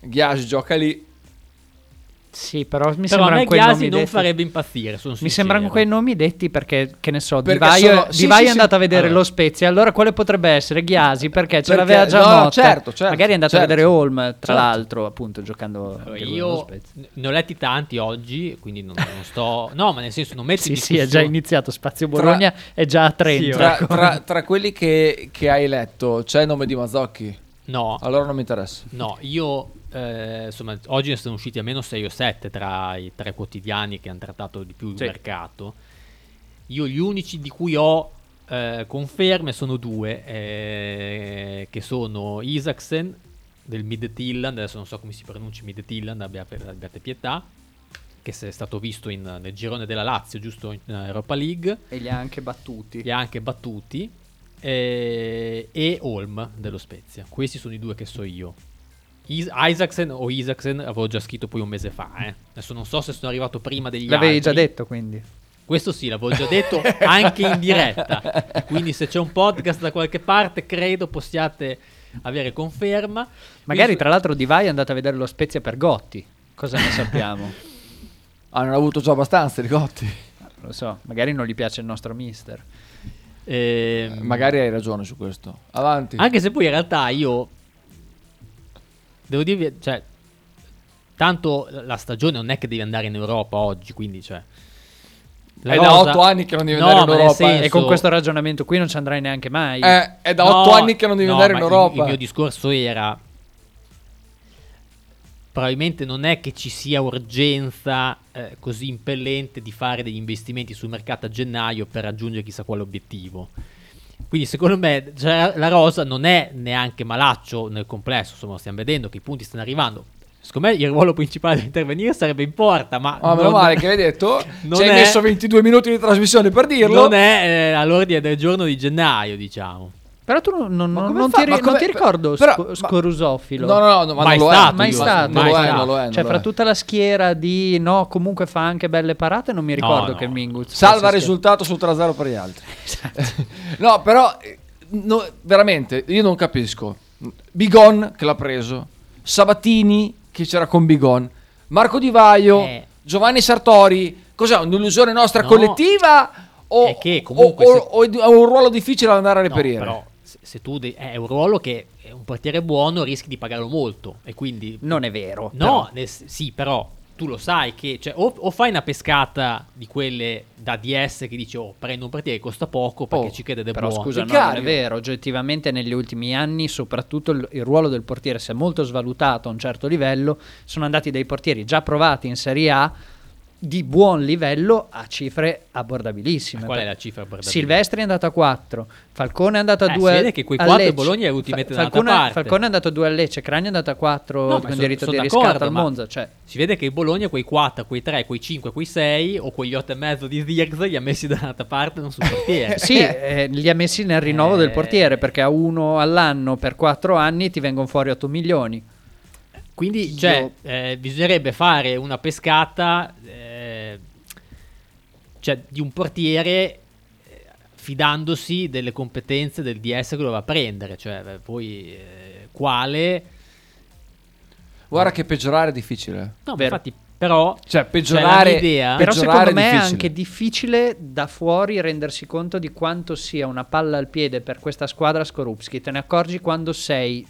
Speaker 2: Ghiasi gioca lì.
Speaker 6: Sì, però mi
Speaker 5: Però a
Speaker 6: sembrano
Speaker 5: me
Speaker 6: quei
Speaker 5: Ghiasi
Speaker 6: nomi
Speaker 5: non
Speaker 6: detti-
Speaker 5: farebbe eh. impazzire, sono
Speaker 6: Mi
Speaker 5: sincero.
Speaker 6: sembrano quei nomi detti perché, che ne so, Di
Speaker 2: Perché
Speaker 6: Vaio,
Speaker 2: sono-
Speaker 6: Di
Speaker 2: sì,
Speaker 6: Vaio
Speaker 2: sì,
Speaker 6: è
Speaker 2: sì.
Speaker 6: andato a vedere
Speaker 2: Allora.
Speaker 6: lo Spezia, allora quale potrebbe essere? Ghiasi, perché ce
Speaker 2: Perché-
Speaker 6: l'aveva già
Speaker 2: no,
Speaker 6: Motta.
Speaker 2: certo, certo,
Speaker 6: Magari è andato a
Speaker 2: certo.
Speaker 6: vedere Holm, tra
Speaker 2: Certo.
Speaker 6: l'altro, appunto, giocando
Speaker 5: Allora,
Speaker 6: anche lui allo
Speaker 5: Io
Speaker 6: Spezia.
Speaker 5: ne ho letti tanti oggi, quindi non, non sto... No, ma nel senso non metto
Speaker 6: Sì,
Speaker 5: in
Speaker 6: sì, è già
Speaker 5: discussione-
Speaker 6: iniziato Spazio Bologna, è già a Ecco. 30.
Speaker 2: Tra,
Speaker 6: con-
Speaker 2: tra- tra quelli che, che hai letto c'è il nome di Mazzocchi?
Speaker 5: No,
Speaker 2: Allora non mi interessa.
Speaker 5: No, io eh, insomma, oggi ne sono usciti almeno 6 o 7 tra i tre quotidiani che hanno trattato di più il mercato. Io gli unici di cui ho eh, conferme sono due, eh, che sono Isaacsen del Midtjylland, adesso non so come si pronuncia Midtjylland, abbia- abbiate pietà, che se è stato visto in- nel girone della Lazio, giusto in Europa League
Speaker 6: E li ha anche battuti.
Speaker 5: li ha anche battuti eh, e Holm dello Spezia questi sono i due che so io Is- Isaacsen o Isaacsen avevo già scritto poi un mese fa eh. adesso non so se sono arrivato prima degli
Speaker 6: L'avevi già
Speaker 5: altri.
Speaker 6: detto, quindi.
Speaker 5: questo sì l'avevo già detto anche in diretta quindi se c'è un podcast da qualche parte credo possiate avere conferma
Speaker 6: Magari,
Speaker 5: Quindi-
Speaker 6: tra l'altro, Di Vaio è andato a vedere lo Spezia per Gotti. Cosa ne sappiamo?
Speaker 2: Ah, non ha avuto già abbastanza, ricotti.
Speaker 5: Mm.
Speaker 6: Non lo so, magari non gli piace il nostro mister.
Speaker 5: ehm,
Speaker 2: Magari hai ragione su questo. Avanti.
Speaker 5: Anche se poi in realtà io devo dirvi, cioè, tanto la stagione non è che devi andare in Europa oggi, quindi cioè la
Speaker 2: È da
Speaker 5: cosa-
Speaker 2: otto anni che non devi
Speaker 5: No,
Speaker 2: andare in
Speaker 5: ma nel
Speaker 2: Europa, eh.
Speaker 5: senso-
Speaker 6: E con questo ragionamento qui non ci andrai neanche mai.
Speaker 2: Eh, è da
Speaker 5: No,
Speaker 2: otto anni che non devi
Speaker 5: no,
Speaker 2: andare in
Speaker 5: ma il-
Speaker 2: Europa.
Speaker 5: Il, mio discorso era probabilmente non è che ci sia urgenza eh, così impellente di fare degli investimenti sul mercato a gennaio per raggiungere chissà quale obiettivo. Quindi secondo me cioè, la rosa non è neanche malaccio nel complesso, insomma stiamo vedendo che i punti stanno arrivando. Secondo me il ruolo principale da intervenire sarebbe in porta, ma...
Speaker 2: Ah, meno
Speaker 5: non-
Speaker 2: male che l'hai detto.
Speaker 5: non
Speaker 2: Ci hai
Speaker 5: è-
Speaker 2: messo 22 minuti di trasmissione per dirlo.
Speaker 5: Non è eh, all'ordine del giorno di gennaio, diciamo.
Speaker 6: Però tu non, non-
Speaker 2: Ma come
Speaker 6: non
Speaker 2: fa-
Speaker 6: ti, ri-
Speaker 2: ma
Speaker 6: non
Speaker 2: come-
Speaker 6: ti ricordo
Speaker 2: però-
Speaker 6: sco-
Speaker 2: ma-
Speaker 6: scorusofilo.
Speaker 2: No, no, no, no, ma
Speaker 5: Mai
Speaker 2: non lo
Speaker 5: stato,
Speaker 2: è.
Speaker 6: Mai
Speaker 5: io-
Speaker 6: stato,
Speaker 2: Non
Speaker 5: mai
Speaker 2: lo è,
Speaker 5: stato.
Speaker 2: non lo è.
Speaker 6: cioè,
Speaker 2: non
Speaker 6: fra
Speaker 2: lo è.
Speaker 6: tutta la schiera di no, comunque fa anche belle parate. Non mi ricordo
Speaker 5: no.
Speaker 6: che Mingus
Speaker 2: Salva il
Speaker 6: fosse schier-
Speaker 2: risultato sul 3-0 per gli altri. no, però eh, no, veramente io non capisco. Bigon che l'ha preso, Sabatini che c'era con Bigon, Marco Di Vaio,
Speaker 5: Eh.
Speaker 2: Giovanni Sartori. Cos'è un'illusione nostra
Speaker 5: No.
Speaker 2: collettiva? O,
Speaker 5: È che comunque
Speaker 2: o- o-
Speaker 5: se-
Speaker 2: o è un ruolo difficile da andare a
Speaker 5: No,
Speaker 2: reperire?
Speaker 5: però se, se tu de- è un ruolo che è un portiere buono rischi di pagarlo molto e quindi
Speaker 6: Non è vero.
Speaker 5: no, nel s- sì, però tu lo sai che cioè, o, o fai una pescata di quelle da DS che dici oh prendo un portiere che costa poco perché
Speaker 2: Oh,
Speaker 5: ci crede
Speaker 6: Però, però
Speaker 5: buono.
Speaker 6: scusa, no, non è
Speaker 2: Vicario.
Speaker 6: vero. Oggettivamente, negli ultimi anni, soprattutto il, il ruolo del portiere si è molto svalutato a un certo livello. Sono andati dei portieri già provati in Serie A di buon livello a cifre abbordabilissime.
Speaker 5: qual è la cifra per
Speaker 6: Silvestri è andato a 4, Falcone è andato a
Speaker 5: Eh,
Speaker 6: 2.
Speaker 5: si vede che quei
Speaker 6: a
Speaker 5: quattro
Speaker 6: Lecce.
Speaker 5: Bologna li avete messo da un'altra
Speaker 6: Falcone,
Speaker 5: parte.
Speaker 6: Falcone è andato a 2 a Lecce, Cragno è andato a 4
Speaker 5: No, ma
Speaker 6: con
Speaker 5: son-
Speaker 6: diritto
Speaker 5: son
Speaker 6: di
Speaker 5: d'accordo,
Speaker 6: riscatto al
Speaker 5: ma-
Speaker 6: Monza. Cioè,
Speaker 5: si vede che il Bologna quei 4, quei 3, quei 5, quei 6 o quegli 8 e mezzo di Zirz li ha messi da un'altra parte non sul portiere
Speaker 6: sì, eh, li ha messi nel rinnovo del
Speaker 5: Eh.
Speaker 6: portiere perché a uno all'anno per 4 anni ti vengono fuori 8 milioni.
Speaker 5: Quindi cioè, eh, bisognerebbe fare una pescata eh, cioè, di un portiere eh, fidandosi delle competenze del DS che doveva prendere, cioè eh, poi eh, quale...
Speaker 2: Guarda che peggiorare è difficile.
Speaker 5: No, ma
Speaker 6: Vero.
Speaker 5: infatti però...
Speaker 2: Cioè,
Speaker 5: la
Speaker 2: peggiorare.
Speaker 5: mia idea-
Speaker 6: Però
Speaker 2: peggiorare
Speaker 6: secondo me è
Speaker 2: difficile.
Speaker 6: anche difficile da fuori rendersi conto di quanto sia una palla al piede per questa squadra Skorupski. Te ne accorgi quando sei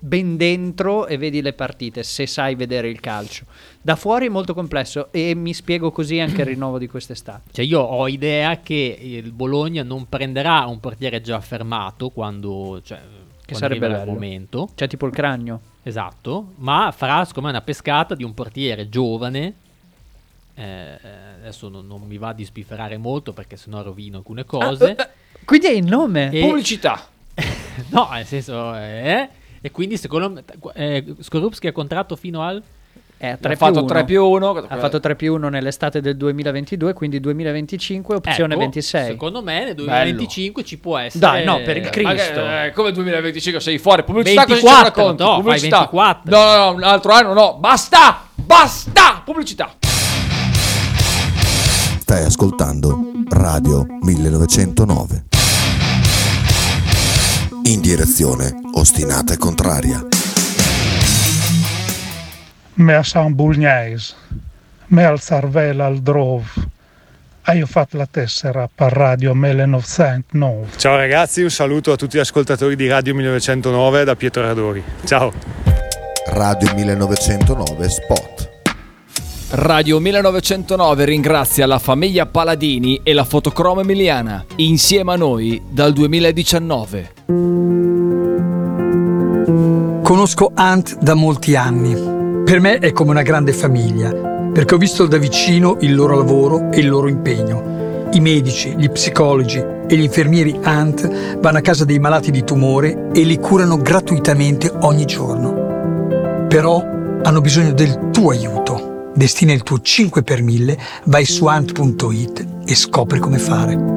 Speaker 6: ben dentro e vedi le partite, se sai vedere il calcio. Da fuori è molto complesso e mi spiego così anche il rinnovo di quest'estate.
Speaker 5: Cioè io ho idea che il Bologna non prenderà un portiere già fermato quando, cioè,
Speaker 6: Che
Speaker 5: quando
Speaker 6: sarebbe
Speaker 5: arriverà il
Speaker 6: bello.
Speaker 5: momento.
Speaker 6: Cioè tipo il cranio.
Speaker 5: Esatto, ma farà secondo me una pescata di un portiere giovane. eh, eh, adesso non, non mi va di spifferare molto perché sennò rovino alcune cose.
Speaker 2: Ah,
Speaker 6: Quindi è il nome.
Speaker 5: E-
Speaker 2: Eh, Pubblicità.
Speaker 5: no, nel senso, eh, e quindi secondo me eh, Skorupski ha contratto fino al
Speaker 6: Eh, tre
Speaker 2: Ha fatto
Speaker 6: uno.
Speaker 2: 3 più 1.
Speaker 6: Ha fatto 3 più 1 nell'estate del 2022, quindi 2025 opzione
Speaker 5: Ecco,
Speaker 6: 26.
Speaker 5: Secondo me nel 2025 ci può essere Eh,
Speaker 6: Dai, no, per il Cristo.
Speaker 2: eh, come 2025 sei fuori. Pubblicità cosa ci
Speaker 5: 24,
Speaker 2: racconti?
Speaker 5: no, fai
Speaker 2: pubblicità.
Speaker 5: 24.
Speaker 2: No, no, no, un altro anno no. Basta! Basta! Pubblicità.
Speaker 11: Stai ascoltando Radio 1909. In direzione ostinata e contraria.
Speaker 9: Me a San Bulgnais, me al Sarvela al Drove. E io ho fatto la tessera per Radio 1909.
Speaker 12: Ciao ragazzi, un saluto a tutti gli ascoltatori di Radio 1909 da Pietro Radori. Ciao.
Speaker 11: Radio 1909 Spot.
Speaker 2: Radio 1909 ringrazia la famiglia Paladini e la fotocromo emiliana, insieme a noi dal 2019.
Speaker 13: Conosco Ant da molti anni. Per me è come una grande famiglia, perché ho visto da vicino il loro lavoro e il loro impegno. I medici, gli psicologi e gli infermieri Ant vanno a casa dei malati di tumore e li curano gratuitamente ogni giorno. Però hanno bisogno del tuo aiuto. Destina il tuo 5 per 1000, vai su ant.it e scopri come fare.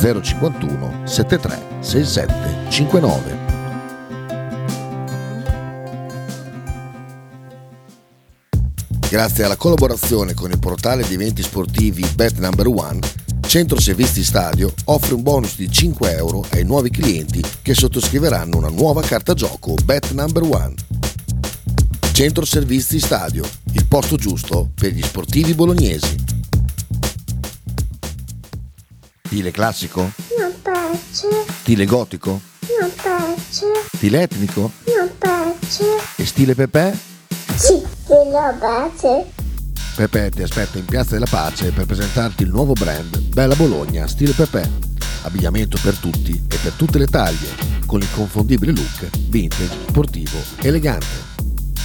Speaker 11: 051 73 67 59. Grazie alla collaborazione con il portale di eventi sportivi Best Number One, Centro Servizi Stadio offre un bonus di 5 euro ai nuovi clienti che sottoscriveranno una nuova carta gioco Bet Number One. Centro Servizi Stadio, il posto giusto per gli sportivi bolognesi. Stile classico?
Speaker 14: Non piace,
Speaker 11: Stile gotico?
Speaker 14: non piace,
Speaker 11: Stile etnico?
Speaker 14: non piace.
Speaker 11: E stile Pepe?
Speaker 14: Sì, della base.
Speaker 11: Pepe ti aspetta in Piazza della Pace per presentarti il nuovo brand Bella Bologna Stile Pepe. Abbigliamento per tutti e per tutte le taglie, con l'inconfondibile look vintage, sportivo, elegante.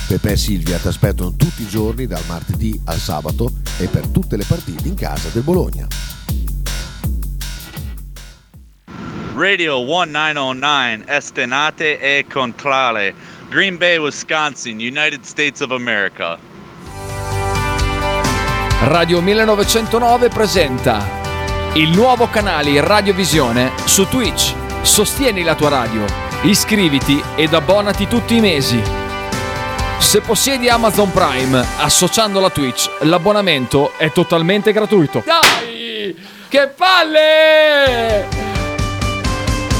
Speaker 11: Pepe e Silvia ti aspettano tutti i giorni dal martedì al sabato e per tutte le partite in casa del Bologna.
Speaker 15: Radio 1909, Estinate e Contrale, Green Bay, Wisconsin, United States of America.
Speaker 2: Radio 1909 presenta il nuovo canale Radiovisione su Twitch. Sostieni la tua radio, iscriviti ed abbonati tutti i mesi. Se possiedi Amazon Prime, associando la Twitch, l'abbonamento è totalmente gratuito. Dai! Che palle!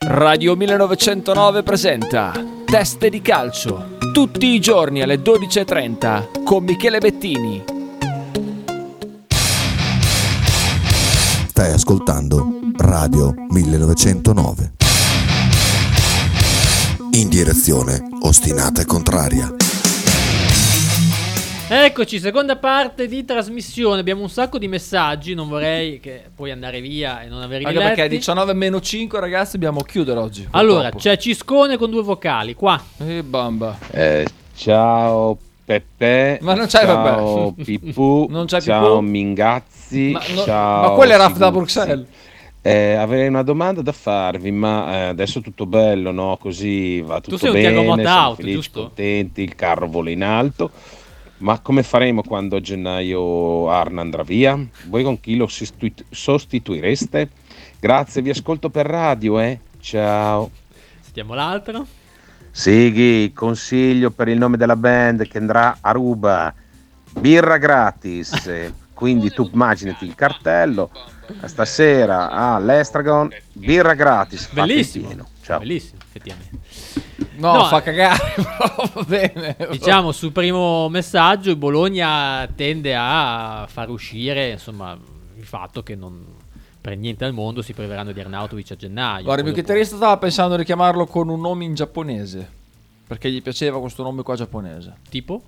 Speaker 2: Radio 1909 presenta Teste di calcio, tutti i giorni alle 12.30 con Michele Bettini.
Speaker 11: Stai ascoltando Radio 1909. In direzione ostinata e contraria.
Speaker 5: eh, Eccoci, seconda parte di trasmissione. Abbiamo un sacco di messaggi. Non vorrei che poi andare via e non averli
Speaker 2: Anche
Speaker 5: letti.
Speaker 2: perché a
Speaker 6: diciamo
Speaker 2: 19 meno 5, ragazzi, dobbiamo chiudere oggi.
Speaker 5: Allora,
Speaker 2: purtroppo.
Speaker 5: c'è Ciscone con due vocali, qua.
Speaker 2: E bamba.
Speaker 16: Eh, ciao Peppe.
Speaker 2: Ma non c'è
Speaker 16: ciao
Speaker 2: Peppe.
Speaker 16: Pippu.
Speaker 2: Non c'è
Speaker 16: ciao
Speaker 2: Pippu.
Speaker 16: Mingazzi.
Speaker 2: Ma no-
Speaker 16: ciao
Speaker 2: ma quello era da
Speaker 16: Siguzzi.
Speaker 2: Bruxelles.
Speaker 16: Eh, avrei una domanda da farvi, ma eh, adesso è tutto bello, no? Così va tutto
Speaker 5: sei un
Speaker 16: bene,
Speaker 5: Tiago Motta-out,
Speaker 16: felici,
Speaker 5: giusto?
Speaker 16: contenti, il carro vola in alto. Ma come faremo quando a gennaio Arna andrà via? Voi con chi lo sostitu- sostituireste? Grazie, vi ascolto per radio, eh. Ciao.
Speaker 5: Sentiamo l'altro.
Speaker 16: Sighi, consiglio per il nome della band che andrà a Ruba. Birra gratis. Eh, Quindi tu immaginati il cartello. Stasera all'Estragon, birra gratis. fate il
Speaker 5: Bellissimo.
Speaker 16: pieno. Ciao.
Speaker 5: Bellissimo, effettivamente.
Speaker 2: No,
Speaker 5: No,
Speaker 2: fa
Speaker 5: eh.
Speaker 2: cagare, però va bene.
Speaker 5: Diciamo sul primo messaggio, il Bologna tende a far uscire insomma, il fatto che non, per niente al mondo si priveranno di Arnautovic a gennaio.
Speaker 2: Guarda, il mio
Speaker 5: Quello
Speaker 2: chitarrista stava pensando di chiamarlo con un nome in giapponese. Perché gli piaceva questo nome qua giapponese.
Speaker 5: Tipo?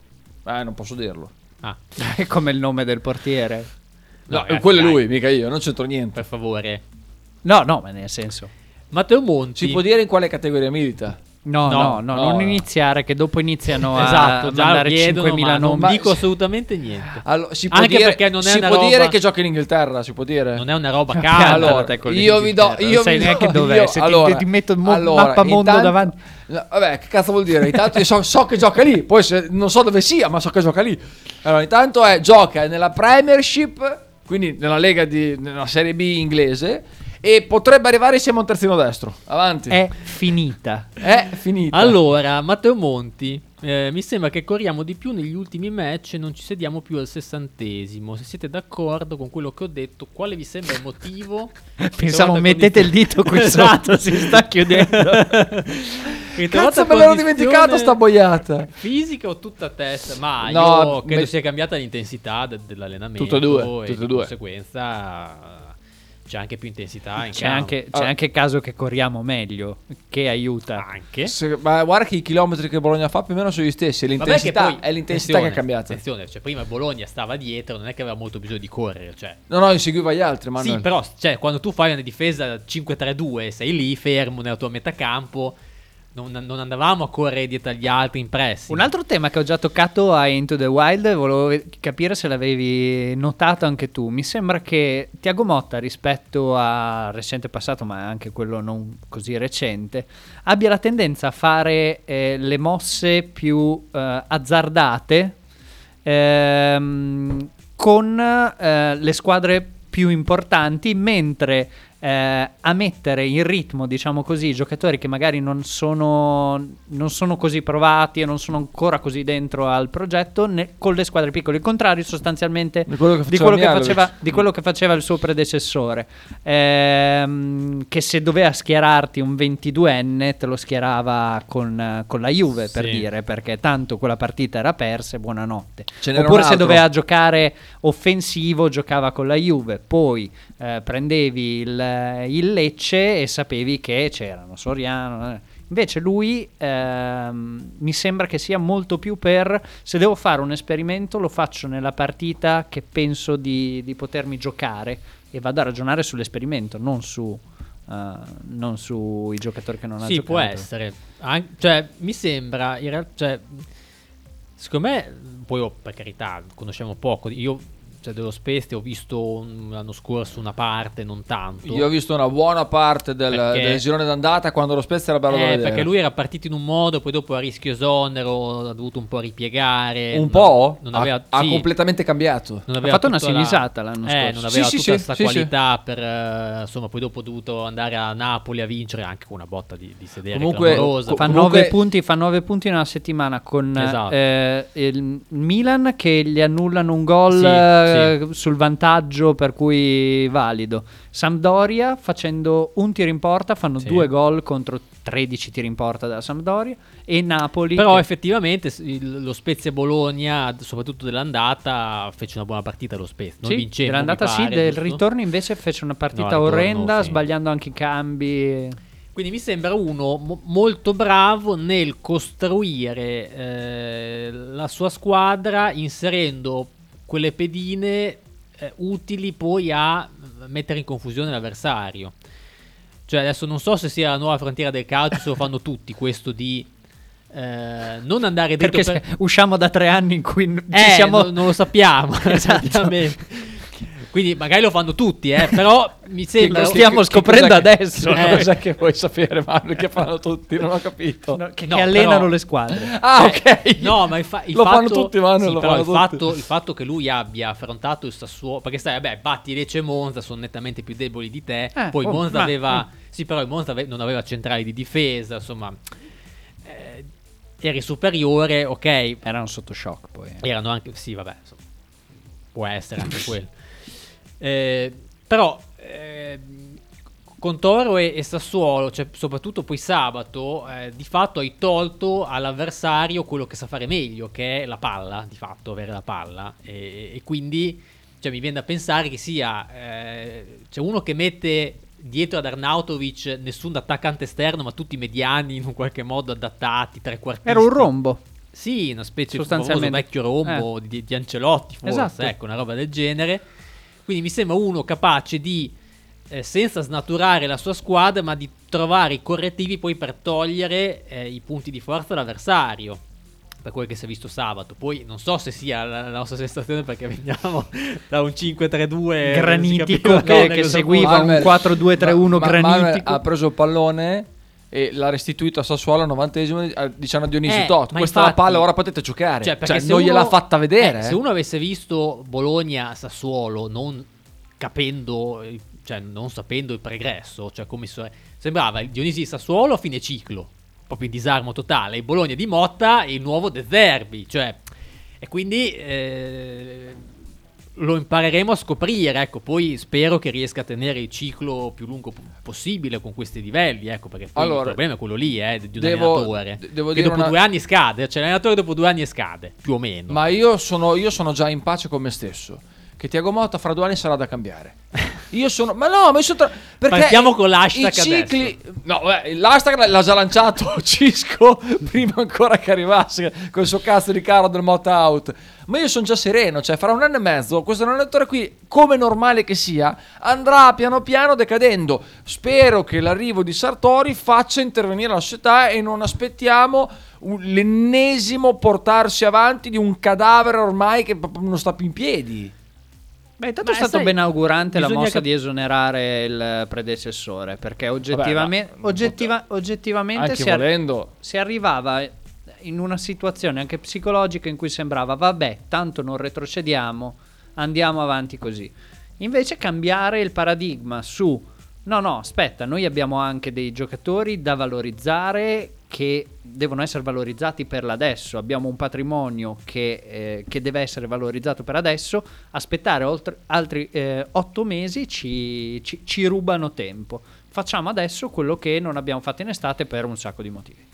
Speaker 2: Eh, non posso dirlo.
Speaker 5: Ah.
Speaker 6: È come il nome del portiere.
Speaker 2: No,
Speaker 5: No, ragazzi,
Speaker 2: quello è
Speaker 5: dai.
Speaker 2: lui, mica io, non c'entro niente.
Speaker 5: Per favore.
Speaker 6: No, no, ma nel senso.
Speaker 5: Matteo Monti.
Speaker 2: Si può dire in quale categoria milita?
Speaker 6: No, no, no, non iniziare, che dopo iniziano a
Speaker 5: Esatto, già
Speaker 6: mandare
Speaker 5: chiedono,
Speaker 6: 5.000
Speaker 5: ma non
Speaker 6: nomi.
Speaker 5: dico assolutamente niente.
Speaker 2: Allora, si può
Speaker 5: Anche
Speaker 2: dire,
Speaker 5: perché non è
Speaker 2: si
Speaker 5: una
Speaker 2: può
Speaker 5: roba...
Speaker 2: dire che gioca in Inghilterra, si può dire.
Speaker 5: Non è una roba cara.
Speaker 2: allora,
Speaker 6: te con
Speaker 2: io vi do,
Speaker 6: l'Inghilterra,
Speaker 2: io
Speaker 6: non sai
Speaker 2: vi do-
Speaker 6: neanche dov'è,
Speaker 2: io-
Speaker 6: se ti-
Speaker 2: allora,
Speaker 6: ti metto il mo-
Speaker 2: allora,
Speaker 6: mappamondo davanti.
Speaker 2: No, vabbè, che cazzo vuol dire? Intanto io so, so che gioca lì, poi se- non so dove sia, ma so che gioca lì. Allora, intanto è, gioca nella Premiership, quindi nella Lega di nella Serie B inglese e potrebbe arrivare insieme a un terzino destro. Avanti.
Speaker 6: È finita.
Speaker 2: È finita.
Speaker 5: Allora, Matteo Monti, eh, mi sembra che corriamo di più negli ultimi match e non ci sediamo più al sessantesimo. Se siete d'accordo con quello che ho detto, quale vi sembra il motivo?
Speaker 6: Pensavo, mettete il dito qui sotto,
Speaker 5: Esatto.
Speaker 6: si sta chiudendo.
Speaker 2: Cazzo, me l'ero dimenticato sta boiata.
Speaker 5: Fisica o tutta testa? Ma
Speaker 2: No,
Speaker 5: io credo
Speaker 2: me-
Speaker 5: sia cambiata l'intensità de- dell'allenamento.
Speaker 2: Tutte e due,
Speaker 5: e
Speaker 2: tutte e
Speaker 5: di
Speaker 2: due.
Speaker 5: conseguenza eh, c'è anche più intensità. in
Speaker 6: C'è
Speaker 5: campo.
Speaker 6: anche, c'è anche caso che corriamo meglio, che aiuta.
Speaker 5: Anche.
Speaker 2: Se- ma guarda che i chilometri che Bologna fa più o meno sono gli stessi.
Speaker 5: Vabbè che
Speaker 2: L'intensità
Speaker 5: poi-
Speaker 2: è l'intensità che è
Speaker 5: attenzione,
Speaker 2: cambiata.
Speaker 5: Attenzione, cioè prima il Bologna stava dietro, non è che aveva molto bisogno di correre. Cioè.
Speaker 2: No, no, io seguivo gli altri, ma
Speaker 5: sì, però cioè, quando tu fai una difesa 5-3-2, sei lì fermo nella tua metà campo, non, non andavamo a correre dietro agli altri in pressing.
Speaker 6: Un altro tema che ho già toccato a Into the Wild, volevo ve- capire se l'avevi notato anche tu. Mi sembra che Tiago Motta, rispetto al recente passato, ma anche quello non così recente, abbia la tendenza a fare eh, le mosse più eh, azzardate ehm, con eh, le squadre più importanti, mentre eh, a mettere in ritmo, diciamo così, i giocatori che magari non sono, non sono così provati e non sono ancora così dentro al progetto ne- con le squadre piccole. Il contrario sostanzialmente
Speaker 2: Di quello che
Speaker 6: di
Speaker 2: faceva
Speaker 6: quello che,
Speaker 2: Mihajlovic.
Speaker 6: faceva, di quello che faceva il suo predecessore, Ehm, che se doveva schierarti un 22enne te lo schierava con, eh, con la Juve, per
Speaker 5: Sì.
Speaker 6: dire, perché tanto quella partita era persa e buonanotte.
Speaker 2: Ce n'era
Speaker 6: Oppure
Speaker 2: un
Speaker 6: se
Speaker 2: altro.
Speaker 6: doveva giocare offensivo giocava con la Juve, poi eh, prendevi il, eh, il Lecce e sapevi che c'erano Soriano. eh. Invece lui ehm, mi sembra che sia molto più per se devo fare un esperimento lo faccio nella partita che penso di, di potermi giocare e vado a ragionare sull'esperimento, non su... eh, non sui giocatori che non ha
Speaker 5: sì,
Speaker 6: giocato
Speaker 5: può essere. An- cioè, mi sembra, in realtà, cioè, secondo me, poi oh, per carità, conosciamo poco. Io, cioè, dello Spezia ho visto un- l'anno scorso una parte, non tanto.
Speaker 2: Io ho visto una buona parte del,
Speaker 5: Perché-
Speaker 2: del girone d'andata quando lo Spezia era bello da
Speaker 5: Eh,
Speaker 2: vedere.
Speaker 5: perché lui era partito in un modo, poi dopo a rischio esonero ha dovuto un po' ripiegare.
Speaker 2: un
Speaker 5: non-
Speaker 2: po'
Speaker 5: non
Speaker 2: ha-
Speaker 5: aveva,
Speaker 2: ha,
Speaker 5: sì,
Speaker 2: completamente cambiato.
Speaker 5: non
Speaker 6: Ha
Speaker 5: aveva
Speaker 6: fatto una
Speaker 5: tutta la-
Speaker 6: sinisata l'anno
Speaker 5: eh,
Speaker 6: scorso.
Speaker 5: non
Speaker 2: Sì, sì,
Speaker 5: aveva tutta
Speaker 2: sì,
Speaker 5: questa
Speaker 2: sì, sì.
Speaker 5: qualità per eh, insomma, poi dopo ha dovuto andare a Napoli a vincere anche con una botta di, di sedere
Speaker 2: Comunque-
Speaker 5: clamorosa.
Speaker 6: Fa,
Speaker 2: Comunque-
Speaker 6: 9 punti, fa nove punti in una settimana con
Speaker 5: Esatto.
Speaker 6: eh, il Milan che gli annullano un gol
Speaker 5: Sì,
Speaker 6: eh, sul vantaggio per cui valido. Sampdoria facendo un tiro in porta fanno
Speaker 5: Sì.
Speaker 6: due gol contro 13 tiri in porta della Sampdoria e Napoli
Speaker 5: Però
Speaker 6: che-
Speaker 5: effettivamente s- il- lo Spezia Bologna, soprattutto dell'andata, fece una buona partita lo Spezia. Noi
Speaker 6: sì,
Speaker 5: vincemmo,
Speaker 6: dell'andata
Speaker 5: mi
Speaker 6: sì,
Speaker 5: pare,
Speaker 6: del
Speaker 5: giusto?
Speaker 6: ritorno invece fece una partita
Speaker 5: ritorno,
Speaker 6: orrenda
Speaker 5: sì.
Speaker 6: sbagliando anche i cambi.
Speaker 5: Quindi mi sembra uno mo- molto bravo nel costruire eh, la sua squadra inserendo quelle pedine eh, utili poi a mettere in confusione l'avversario. Cioè adesso non so se sia la nuova frontiera del calcio, se lo fanno tutti questo di eh, non andare dentro
Speaker 6: Perché
Speaker 5: per...
Speaker 6: se- usciamo da tre anni in cui n- ci
Speaker 5: Eh,
Speaker 6: siamo...
Speaker 5: no- non lo sappiamo,
Speaker 6: Esatto.
Speaker 5: esattamente. Quindi magari lo fanno tutti, eh, però mi sembra...
Speaker 6: lo stiamo scoprendo adesso,
Speaker 5: Eh,
Speaker 2: Non cosa che vuoi sapere, ma perché fanno tutti, non ho capito.
Speaker 6: che,
Speaker 5: No,
Speaker 6: che allenano
Speaker 5: però-
Speaker 6: le squadre.
Speaker 2: Ah,
Speaker 5: Cioè,
Speaker 2: ok.
Speaker 5: No, ma il, fa- il
Speaker 2: Lo
Speaker 5: fatto,
Speaker 2: fanno tutti, Manuel,
Speaker 5: sì,
Speaker 2: lo
Speaker 5: però
Speaker 2: fanno
Speaker 5: il
Speaker 2: tutti.
Speaker 5: fatto, il fatto che lui abbia affrontato il Sassuolo, perché sai, vabbè, batti Lecce e Monza, sono nettamente più deboli di te.
Speaker 6: Eh,
Speaker 5: poi
Speaker 6: oh,
Speaker 5: Monza
Speaker 6: ma-
Speaker 5: aveva,
Speaker 2: eh.
Speaker 6: mm.
Speaker 5: sì, però il Monza ave- non aveva centrali di difesa, insomma, eh, eri superiore, ok.
Speaker 6: Erano sotto shock poi.
Speaker 5: Erano anche, sì, vabbè, insomma, può essere anche quello. Eh, però eh, con Toro e, e Sassuolo, cioè, soprattutto poi sabato, eh, di fatto hai tolto all'avversario quello che sa fare meglio, che è la palla, di fatto, avere la palla. E, e quindi cioè, mi viene da pensare che sia eh, c'è uno che mette dietro ad Arnautovic nessun attaccante esterno, ma tutti mediani in un qualche modo adattati, trequartisti.
Speaker 6: Era un rombo.
Speaker 5: Sì, una specie di famoso
Speaker 6: Sostanzialmente.
Speaker 5: vecchio rombo
Speaker 2: Eh.
Speaker 5: di, di Ancelotti, forse,
Speaker 6: Esatto.
Speaker 5: ecco, una roba del genere. Quindi mi sembra uno capace di, eh, senza snaturare la sua squadra, ma di trovare i correttivi poi per togliere eh, i punti di forza all'avversario. Per quel che si è visto sabato, poi non so se sia la, la nostra sensazione perché veniamo da un 5-3-2
Speaker 6: Granitico
Speaker 5: non si capiva
Speaker 6: che,
Speaker 5: bene
Speaker 6: che
Speaker 5: cosa
Speaker 6: seguiva
Speaker 5: fosse.
Speaker 6: un 4-2-3-1
Speaker 2: Ma- ma- Manuel
Speaker 6: granitico.
Speaker 2: ha preso il pallone e l'ha restituito a Sassuolo al novantesimo eh, dicendo a Dionisio
Speaker 5: Eh,
Speaker 2: Tot
Speaker 5: ma
Speaker 2: questa è la
Speaker 5: infatti-
Speaker 2: palla ora potete giocare cioè,
Speaker 5: perché se
Speaker 2: non
Speaker 5: uno-
Speaker 2: gliel'ha fatta vedere
Speaker 5: eh,
Speaker 2: eh.
Speaker 5: se uno avesse visto Bologna-Sassuolo, non capendo, eh, cioè non sapendo il pregresso, cioè come so- sembrava il Dionisi di Sassuolo a fine ciclo, proprio in disarmo totale, il Bologna di Motta e il nuovo De Zerbi, cioè, e quindi eh, lo impareremo a scoprire, ecco, poi spero che riesca a tenere il ciclo più lungo po- possibile con questi livelli, ecco, perché poi il
Speaker 2: Allora,
Speaker 5: problema è quello lì, eh, di un
Speaker 2: devo-
Speaker 5: allenatore,
Speaker 2: de- devo
Speaker 5: che
Speaker 2: dire
Speaker 5: dopo
Speaker 2: una-
Speaker 5: due anni scade, cioè l'allenatore dopo due anni scade, più o meno.
Speaker 2: ma io sono, io sono già in pace con me stesso che Tiago Motta fra due anni sarà da cambiare io sono ma no ma io sono tra- perché
Speaker 5: Partiamo con
Speaker 2: i
Speaker 5: l'hashtag
Speaker 2: cicli no beh, l'hashtag Eh, l'ha già lanciato Cisco prima ancora che arrivasse col suo cazzo di caro del Motta out ma io sono già sereno cioè fra un anno e mezzo questo allenatore qui come normale che sia andrà piano piano decadendo spero che l'arrivo di Sartori faccia intervenire la società e non aspettiamo un- l'ennesimo portarsi avanti di un cadavere ormai che proprio non sta più in piedi
Speaker 6: Beh, intanto
Speaker 5: Ma
Speaker 6: è stato
Speaker 5: sai,
Speaker 6: benaugurante la
Speaker 5: bisogna
Speaker 6: mossa
Speaker 5: cap-
Speaker 6: di esonerare il predecessore, perché oggettivame-
Speaker 2: Vabbè, ma-
Speaker 6: oggettiva- oggettivamente
Speaker 2: anche
Speaker 6: si, ar-
Speaker 2: volendo
Speaker 6: si arrivava in una situazione anche psicologica in cui sembrava, vabbè, tanto non retrocediamo, andiamo avanti così. Invece cambiare il paradigma su, no, no, aspetta, noi abbiamo anche dei giocatori da valorizzare che devono essere valorizzati per l'adesso, abbiamo un patrimonio che, eh, che deve essere valorizzato per adesso, aspettare oltre- altri eh, otto mesi ci, ci- ci rubano tempo. Facciamo adesso quello che non abbiamo fatto in estate per un sacco di motivi.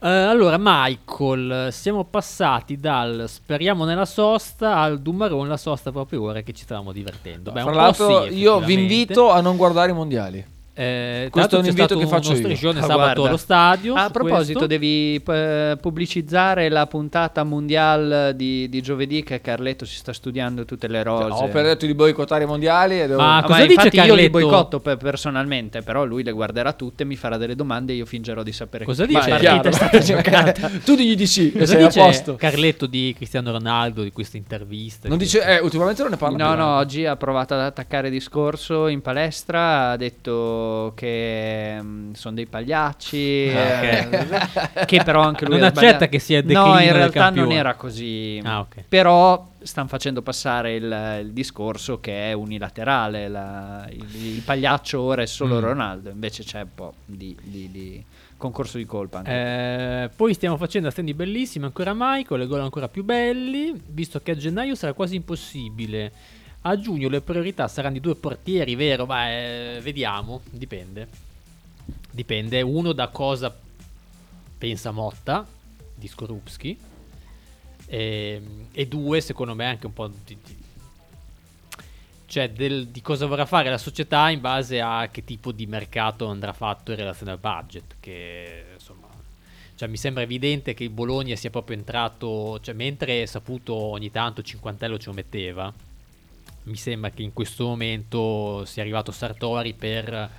Speaker 5: Eh, allora, Michael, siamo passati dal speriamo nella sosta al Dumaron la sosta proprio ora che ci stavamo divertendo. Beh, un
Speaker 2: Fra
Speaker 5: po'
Speaker 2: l'altro,
Speaker 5: sì,
Speaker 2: io vi
Speaker 5: effettivamente.
Speaker 2: invito a non guardare i mondiali.
Speaker 5: Eh,
Speaker 2: questo
Speaker 5: tra
Speaker 2: è
Speaker 5: l'altro
Speaker 2: un
Speaker 5: c'è
Speaker 2: invito
Speaker 5: stato
Speaker 2: che faccio
Speaker 5: uno
Speaker 2: io.
Speaker 5: striscione
Speaker 6: Ah,
Speaker 5: sabato
Speaker 6: guarda.
Speaker 5: allo stadio.
Speaker 6: A
Speaker 5: su
Speaker 6: proposito,
Speaker 5: questo.
Speaker 6: devi eh, pubblicizzare la puntata mondiale di, di giovedì che Carletto si sta studiando tutte le rose.
Speaker 2: Cioè, Ho detto di boicottare i mondiali. E devo...
Speaker 5: Ma
Speaker 6: Ah,
Speaker 5: cosa
Speaker 6: ma
Speaker 5: dice
Speaker 6: infatti io li
Speaker 5: Carletto?
Speaker 6: boicotto pe- personalmente, però lui le guarderà tutte, mi farà delle domande e io fingerò di sapere
Speaker 5: Cosa
Speaker 6: che
Speaker 5: dice?
Speaker 6: partita
Speaker 5: Chiaro.
Speaker 6: è stata giocata.
Speaker 2: tu digli di sì, e
Speaker 5: Cosa
Speaker 2: sei a
Speaker 5: dice
Speaker 2: posto.
Speaker 5: Carletto di Cristiano Ronaldo di questa intervista?
Speaker 2: Non dice, eh, ultimamente non ne parla
Speaker 6: No,
Speaker 2: più.
Speaker 6: no, oggi ha provato ad attaccare discorso in palestra, ha detto che mm, sono dei pagliacci,
Speaker 5: Ah,
Speaker 6: eh, che però anche lui
Speaker 5: Non
Speaker 6: ha
Speaker 5: accetta
Speaker 6: sbagliato.
Speaker 5: che sia il
Speaker 6: No,
Speaker 5: declino
Speaker 6: in
Speaker 5: del
Speaker 6: realtà non
Speaker 5: campione.
Speaker 6: era
Speaker 2: eh.
Speaker 6: così,
Speaker 5: Ah, ok.
Speaker 6: però stanno facendo passare il, il discorso che è unilaterale, la- il, il pagliaccio ora è solo
Speaker 5: Mm.
Speaker 6: Ronaldo, invece c'è un po' di, di- di concorso di colpa. anche.
Speaker 5: Eh, poi stiamo facendo stand bellissimi ancora Michael, le gol ancora più belli, visto che a gennaio sarà quasi impossibile. A giugno le priorità saranno i due portieri, vero? Ma eh, vediamo, dipende. Dipende uno da cosa pensa Motta di Skorupski ehm, e, e due secondo me anche un po' di, di- cioè del- di cosa vorrà fare la società in base a che tipo di mercato andrà fatto in relazione al budget. Che insomma, cioè, mi sembra evidente che il Bologna sia proprio entrato, cioè, mentre Saputo ogni tanto Cinquantello ce lo metteva, mi sembra che in questo momento sia arrivato Sartori per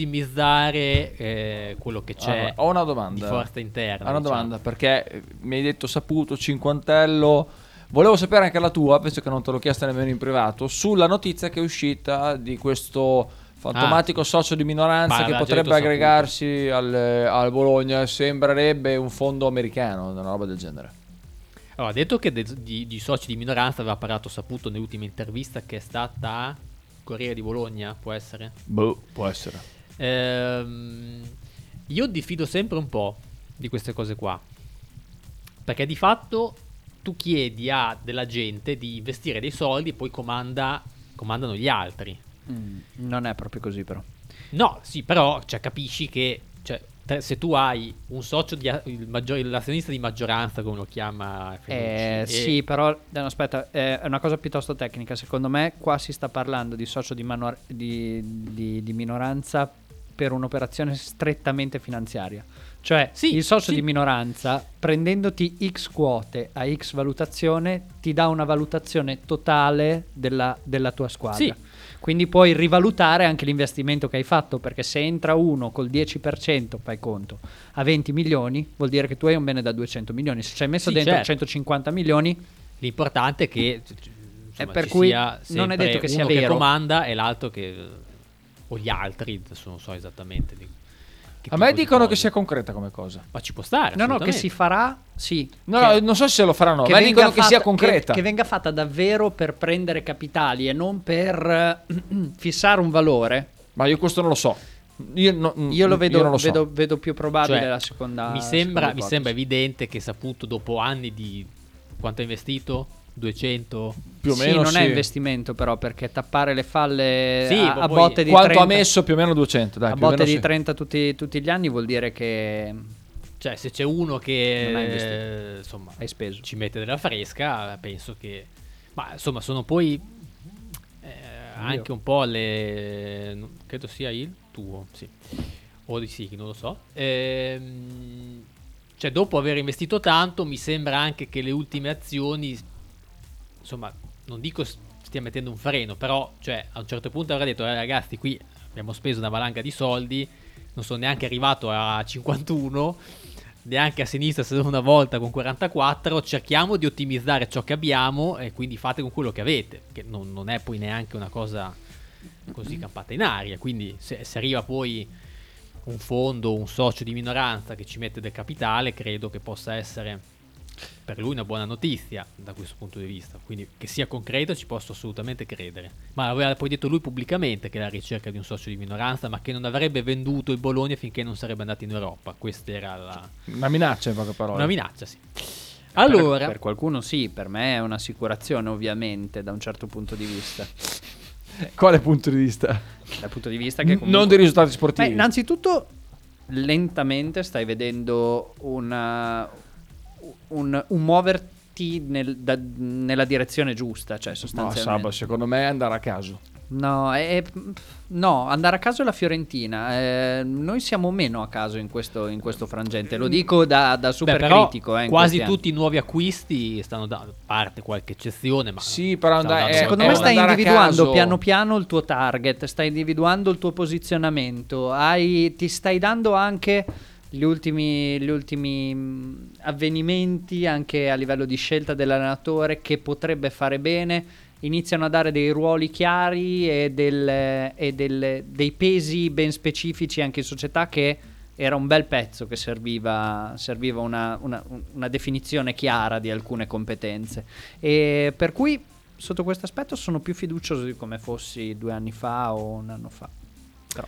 Speaker 5: massimizzare eh, quello che c'è
Speaker 2: Allora, ho una domanda.
Speaker 5: di forza interna.
Speaker 2: Ho una
Speaker 5: diciamo.
Speaker 2: domanda perché eh, mi hai detto saputo, cinquantello. Volevo sapere anche la tua, penso che non te l'ho chiesta nemmeno in privato, sulla notizia che è uscita di questo fantomatico socio di minoranza
Speaker 3: Parla,
Speaker 2: che
Speaker 3: già
Speaker 2: potrebbe
Speaker 3: detto Saputo.
Speaker 2: aggregarsi al, al Bologna. Sembrerebbe un fondo americano, una roba del genere.
Speaker 5: Allora, ha detto che de- di, di soci di minoranza aveva parlato saputo nell'ultima intervista che è stata a Corriere di Bologna, può essere?
Speaker 2: Boh, può essere.
Speaker 5: Ehm, io diffido sempre un po' di queste cose qua. Perché di fatto tu chiedi a della gente di investire dei soldi e poi comanda- comandano gli altri.
Speaker 6: Mm, non è proprio così, però.
Speaker 5: No, sì, però cioè, capisci che cioè, te- se tu hai un socio, di, a- il maggior- l'azionista di maggioranza, come lo chiama
Speaker 6: Eh,
Speaker 5: Fenucci, e-
Speaker 6: sì, però no, aspetta, eh, è una cosa piuttosto tecnica. Secondo me, qua si sta parlando di socio di, manor- di- di- di minoranza per un'operazione strettamente finanziaria. Cioè, il socio di minoranza, prendendoti X quote a X valutazione, ti dà una valutazione totale della, della tua squadra.
Speaker 5: Sì.
Speaker 6: Quindi puoi rivalutare anche l'investimento che hai fatto, perché se entra uno col 10%, fai conto, a 20 milioni, vuol dire che tu hai un bene da 200 milioni. Se ci hai messo
Speaker 5: Sì,
Speaker 6: dentro
Speaker 5: certo.
Speaker 6: 150 milioni...
Speaker 5: L'importante è che eh, insomma,
Speaker 6: per
Speaker 5: ci
Speaker 6: cui
Speaker 5: sia
Speaker 6: non è
Speaker 5: sempre
Speaker 6: detto che sia
Speaker 5: uno che
Speaker 6: vero.
Speaker 5: comanda e l'altro che o gli altri adesso non so esattamente di- che
Speaker 2: A me
Speaker 5: tipo di
Speaker 2: dicono che
Speaker 5: cosa.
Speaker 2: sia concreta come cosa.
Speaker 5: ma ci può stare
Speaker 6: No, no, che
Speaker 5: assolutamente.
Speaker 6: si farà, sì.
Speaker 2: No,
Speaker 6: Che-
Speaker 2: no, non so se lo faranno, ma
Speaker 6: venga
Speaker 2: dicono che sia
Speaker 6: fatta-
Speaker 2: concreta.
Speaker 6: Che, che venga fatta davvero per prendere capitali e non per eh, fissare un valore.
Speaker 2: Ma io questo non lo so. Io, no- mm,
Speaker 6: Io lo
Speaker 2: io
Speaker 6: vedo,
Speaker 2: non lo so.
Speaker 6: vedo, vedo più probabile
Speaker 5: Cioè,
Speaker 6: la seconda.
Speaker 5: mi
Speaker 6: la
Speaker 5: sembra,
Speaker 6: seconda
Speaker 5: mi
Speaker 6: ipotesi.
Speaker 5: sembra evidente che saputo dopo anni di quanto ha investito 200
Speaker 6: Sì, non è investimento però perché tappare le falle
Speaker 5: Sì,
Speaker 6: a,
Speaker 5: ma
Speaker 6: a
Speaker 5: poi-
Speaker 6: botte di
Speaker 2: Quanto
Speaker 6: 30,
Speaker 2: ha messo? Più o meno 200, dai.
Speaker 6: a
Speaker 2: più o
Speaker 6: botte
Speaker 2: meno
Speaker 6: di
Speaker 2: sì.
Speaker 6: 30 tutti, tutti gli anni vuol dire che
Speaker 5: cioè se c'è uno
Speaker 6: Non ha
Speaker 5: che
Speaker 6: investito.
Speaker 5: eh, insomma
Speaker 6: hai speso.
Speaker 5: ci mette della fresca penso che ma insomma sono poi eh, anche un po' le no, credo sia il tuo sì o di Sighi non lo so Ehm, cioè dopo aver investito tanto mi sembra anche che le ultime azioni insomma non dico s- stia mettendo un freno però cioè a un certo punto avrà detto "Eh, ragazzi qui abbiamo speso una valanga di soldi non sono neanche arrivato a 51 neanche a sinistra se non una volta con 44 cerchiamo di ottimizzare ciò che abbiamo e quindi fate con quello che avete che non, non è poi neanche una cosa così campata in aria quindi se, se arriva poi un fondo un socio di minoranza che ci mette del capitale credo che possa essere per lui una buona notizia da questo punto di vista quindi che sia concreto ci posso assolutamente credere ma aveva poi detto lui pubblicamente che era alla ricerca di un socio di minoranza ma che non avrebbe venduto il Bologna finché non sarebbe andato in Europa questa era la,
Speaker 2: Una minaccia, in poche parole.
Speaker 5: una minaccia, sì. Allora,
Speaker 6: per, per qualcuno sì, per me è un'assicurazione ovviamente da un certo punto di vista.
Speaker 2: Quale punto di vista?
Speaker 6: Dal punto di vista che
Speaker 2: N-
Speaker 6: comunque-
Speaker 2: Non dei risultati sportivi.
Speaker 6: Beh, innanzitutto lentamente stai vedendo una- un, un muoverti nel- da- nella direzione giusta, cioè
Speaker 2: No,
Speaker 6: sostanzialmente.
Speaker 2: Saba, secondo me è andare a caso.
Speaker 6: No, è- no, andare a caso è la Fiorentina. eh, noi siamo meno a caso in questo, in questo frangente. Lo dico da, da super
Speaker 5: Mm. beh, però
Speaker 6: critico. eh, in
Speaker 5: quasi
Speaker 6: questi anni.
Speaker 5: tutti i nuovi acquisti stanno da a parte qualche eccezione, ma
Speaker 2: Sì, però
Speaker 5: stanno
Speaker 2: andare-
Speaker 5: dando-
Speaker 2: eh,
Speaker 6: Secondo
Speaker 2: è
Speaker 6: me
Speaker 2: un
Speaker 6: stai
Speaker 2: andare a
Speaker 6: individuando
Speaker 2: caso.
Speaker 6: piano piano il tuo target, stai individuando il tuo posizionamento, hai- ti stai dando anche gli ultimi, gli ultimi, mh, avvenimenti anche a livello di scelta dell'allenatore che potrebbe fare bene, iniziano a dare dei ruoli chiari e, del- e del- dei pesi ben specifici anche in società che era un bel pezzo che serviva, serviva una- una- una definizione chiara di alcune competenze. E per cui sotto questo aspetto sono più fiducioso di come fossi due anni fa o un anno fa. Però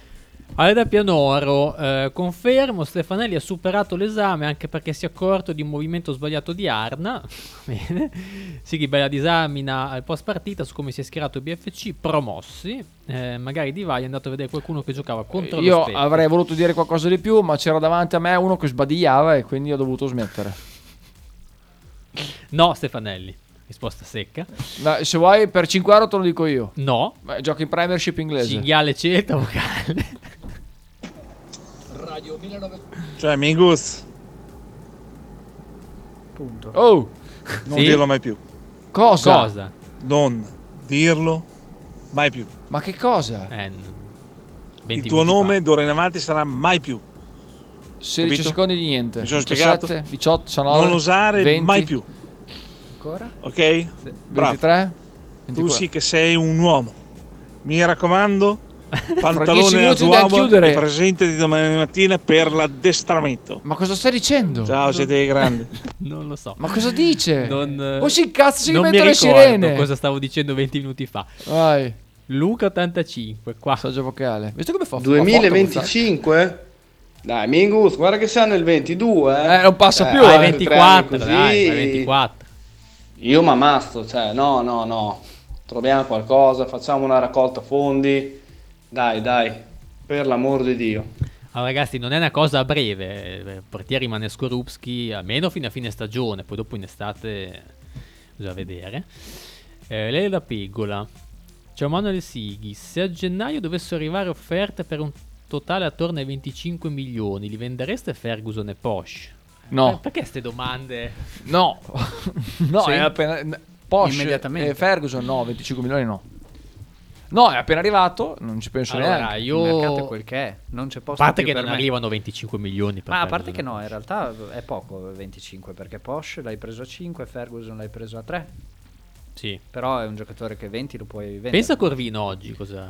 Speaker 5: Ale da Pianoro, eh, confermo, Stefanelli ha superato l'esame anche perché si è accorto di un movimento sbagliato di Arna. Bene. Sighi bella disamina al post partita su come si è schierato il BFC, promossi. Eh, magari Di Vai è andato a vedere qualcuno che giocava contro lo
Speaker 2: Io
Speaker 5: Spezia.
Speaker 2: avrei voluto dire qualcosa di più, ma c'era davanti a me uno che sbadigliava e quindi ho dovuto smettere.
Speaker 5: No, Stefanelli. Risposta secca.
Speaker 2: Ma se vuoi per 5 euro te lo dico io.
Speaker 5: No.
Speaker 2: Beh, giochi in Premiership inglese.
Speaker 5: Cinghiale ceta vocale.
Speaker 17: Radio 1900.
Speaker 9: Cioè, Mingus.
Speaker 6: Punto.
Speaker 2: Oh.
Speaker 9: Non
Speaker 2: Sì.
Speaker 9: dirlo mai più.
Speaker 2: Cosa? Cosa?
Speaker 9: Non dirlo mai più.
Speaker 2: Ma che cosa?
Speaker 5: Eh,
Speaker 9: Il
Speaker 2: 20
Speaker 9: tuo
Speaker 2: minuti
Speaker 9: nome d'ora in avanti sarà mai più.
Speaker 2: 16
Speaker 9: Capito?
Speaker 2: secondi di niente.
Speaker 9: Mi sono
Speaker 2: 17,
Speaker 9: spiegato?
Speaker 2: 18, 19.
Speaker 9: Non usare
Speaker 2: 20,
Speaker 9: mai più.
Speaker 6: Ancora?
Speaker 9: Ok? Bravo.
Speaker 2: 23.
Speaker 9: Tu sì che sei un uomo. Mi raccomando,
Speaker 2: dieci
Speaker 9: pantalone a
Speaker 2: minuti da
Speaker 9: uomo
Speaker 2: chiudere.
Speaker 9: e presentati domani mattina per l'addestramento.
Speaker 2: Ma cosa stai dicendo?
Speaker 9: Ciao, siete dei grandi.
Speaker 5: Non lo so.
Speaker 2: Ma cosa dice?
Speaker 5: Non, eh,
Speaker 2: Oh, si incazza, si
Speaker 5: non mi
Speaker 2: mette le
Speaker 5: ricordo
Speaker 2: sirene.
Speaker 5: cosa stavo dicendo 20 minuti fa.
Speaker 2: Vai.
Speaker 5: Luca 85, qua.
Speaker 2: Saggio vocale. Visto come fa?
Speaker 10: 2025? Dai, Mingus, guarda che siamo nel 22. Eh,
Speaker 2: non passa più, eh.
Speaker 10: È
Speaker 5: 24, dai, fai 24.
Speaker 10: Io mi ammazzo, cioè, no, no, no. Troviamo qualcosa, facciamo una raccolta fondi. Dai, dai, per l'amor di Dio.
Speaker 5: Allora, ragazzi, non è una cosa a breve. eh, Portiere rimane Skorupski almeno fino a fine stagione, poi dopo in estate bisogna vedere. Eh, lei è la pegola. Ciao Manuel Sighi. Se a gennaio dovessero arrivare offerte per un totale attorno ai 25 milioni, li vendereste Ferguson e Posh?
Speaker 2: No.
Speaker 5: Eh, perché queste domande?
Speaker 2: No. no,
Speaker 5: Sì?
Speaker 2: è appena Porsche
Speaker 5: Immediatamente.
Speaker 2: e Ferguson no, 25 milioni no. No, è appena arrivato, non ci penso
Speaker 5: Allora,
Speaker 2: neanche.
Speaker 5: io-
Speaker 6: Cioè, Il mercato è quel che è, non c'è
Speaker 5: A
Speaker 6: posto
Speaker 5: Oh. parte
Speaker 6: più
Speaker 5: che
Speaker 6: per
Speaker 5: non
Speaker 6: me.
Speaker 5: arrivano 25 milioni per
Speaker 6: Ma a
Speaker 5: Ferguson
Speaker 6: parte che
Speaker 5: e
Speaker 6: no,
Speaker 5: Posch.
Speaker 6: in realtà è poco 25 perché Porsche l'hai preso a 5, Ferguson l'hai preso a 3.
Speaker 5: Sì.
Speaker 6: Però è un giocatore che 20 lo puoi vendere.
Speaker 5: Pensa a Corvino oggi, cosa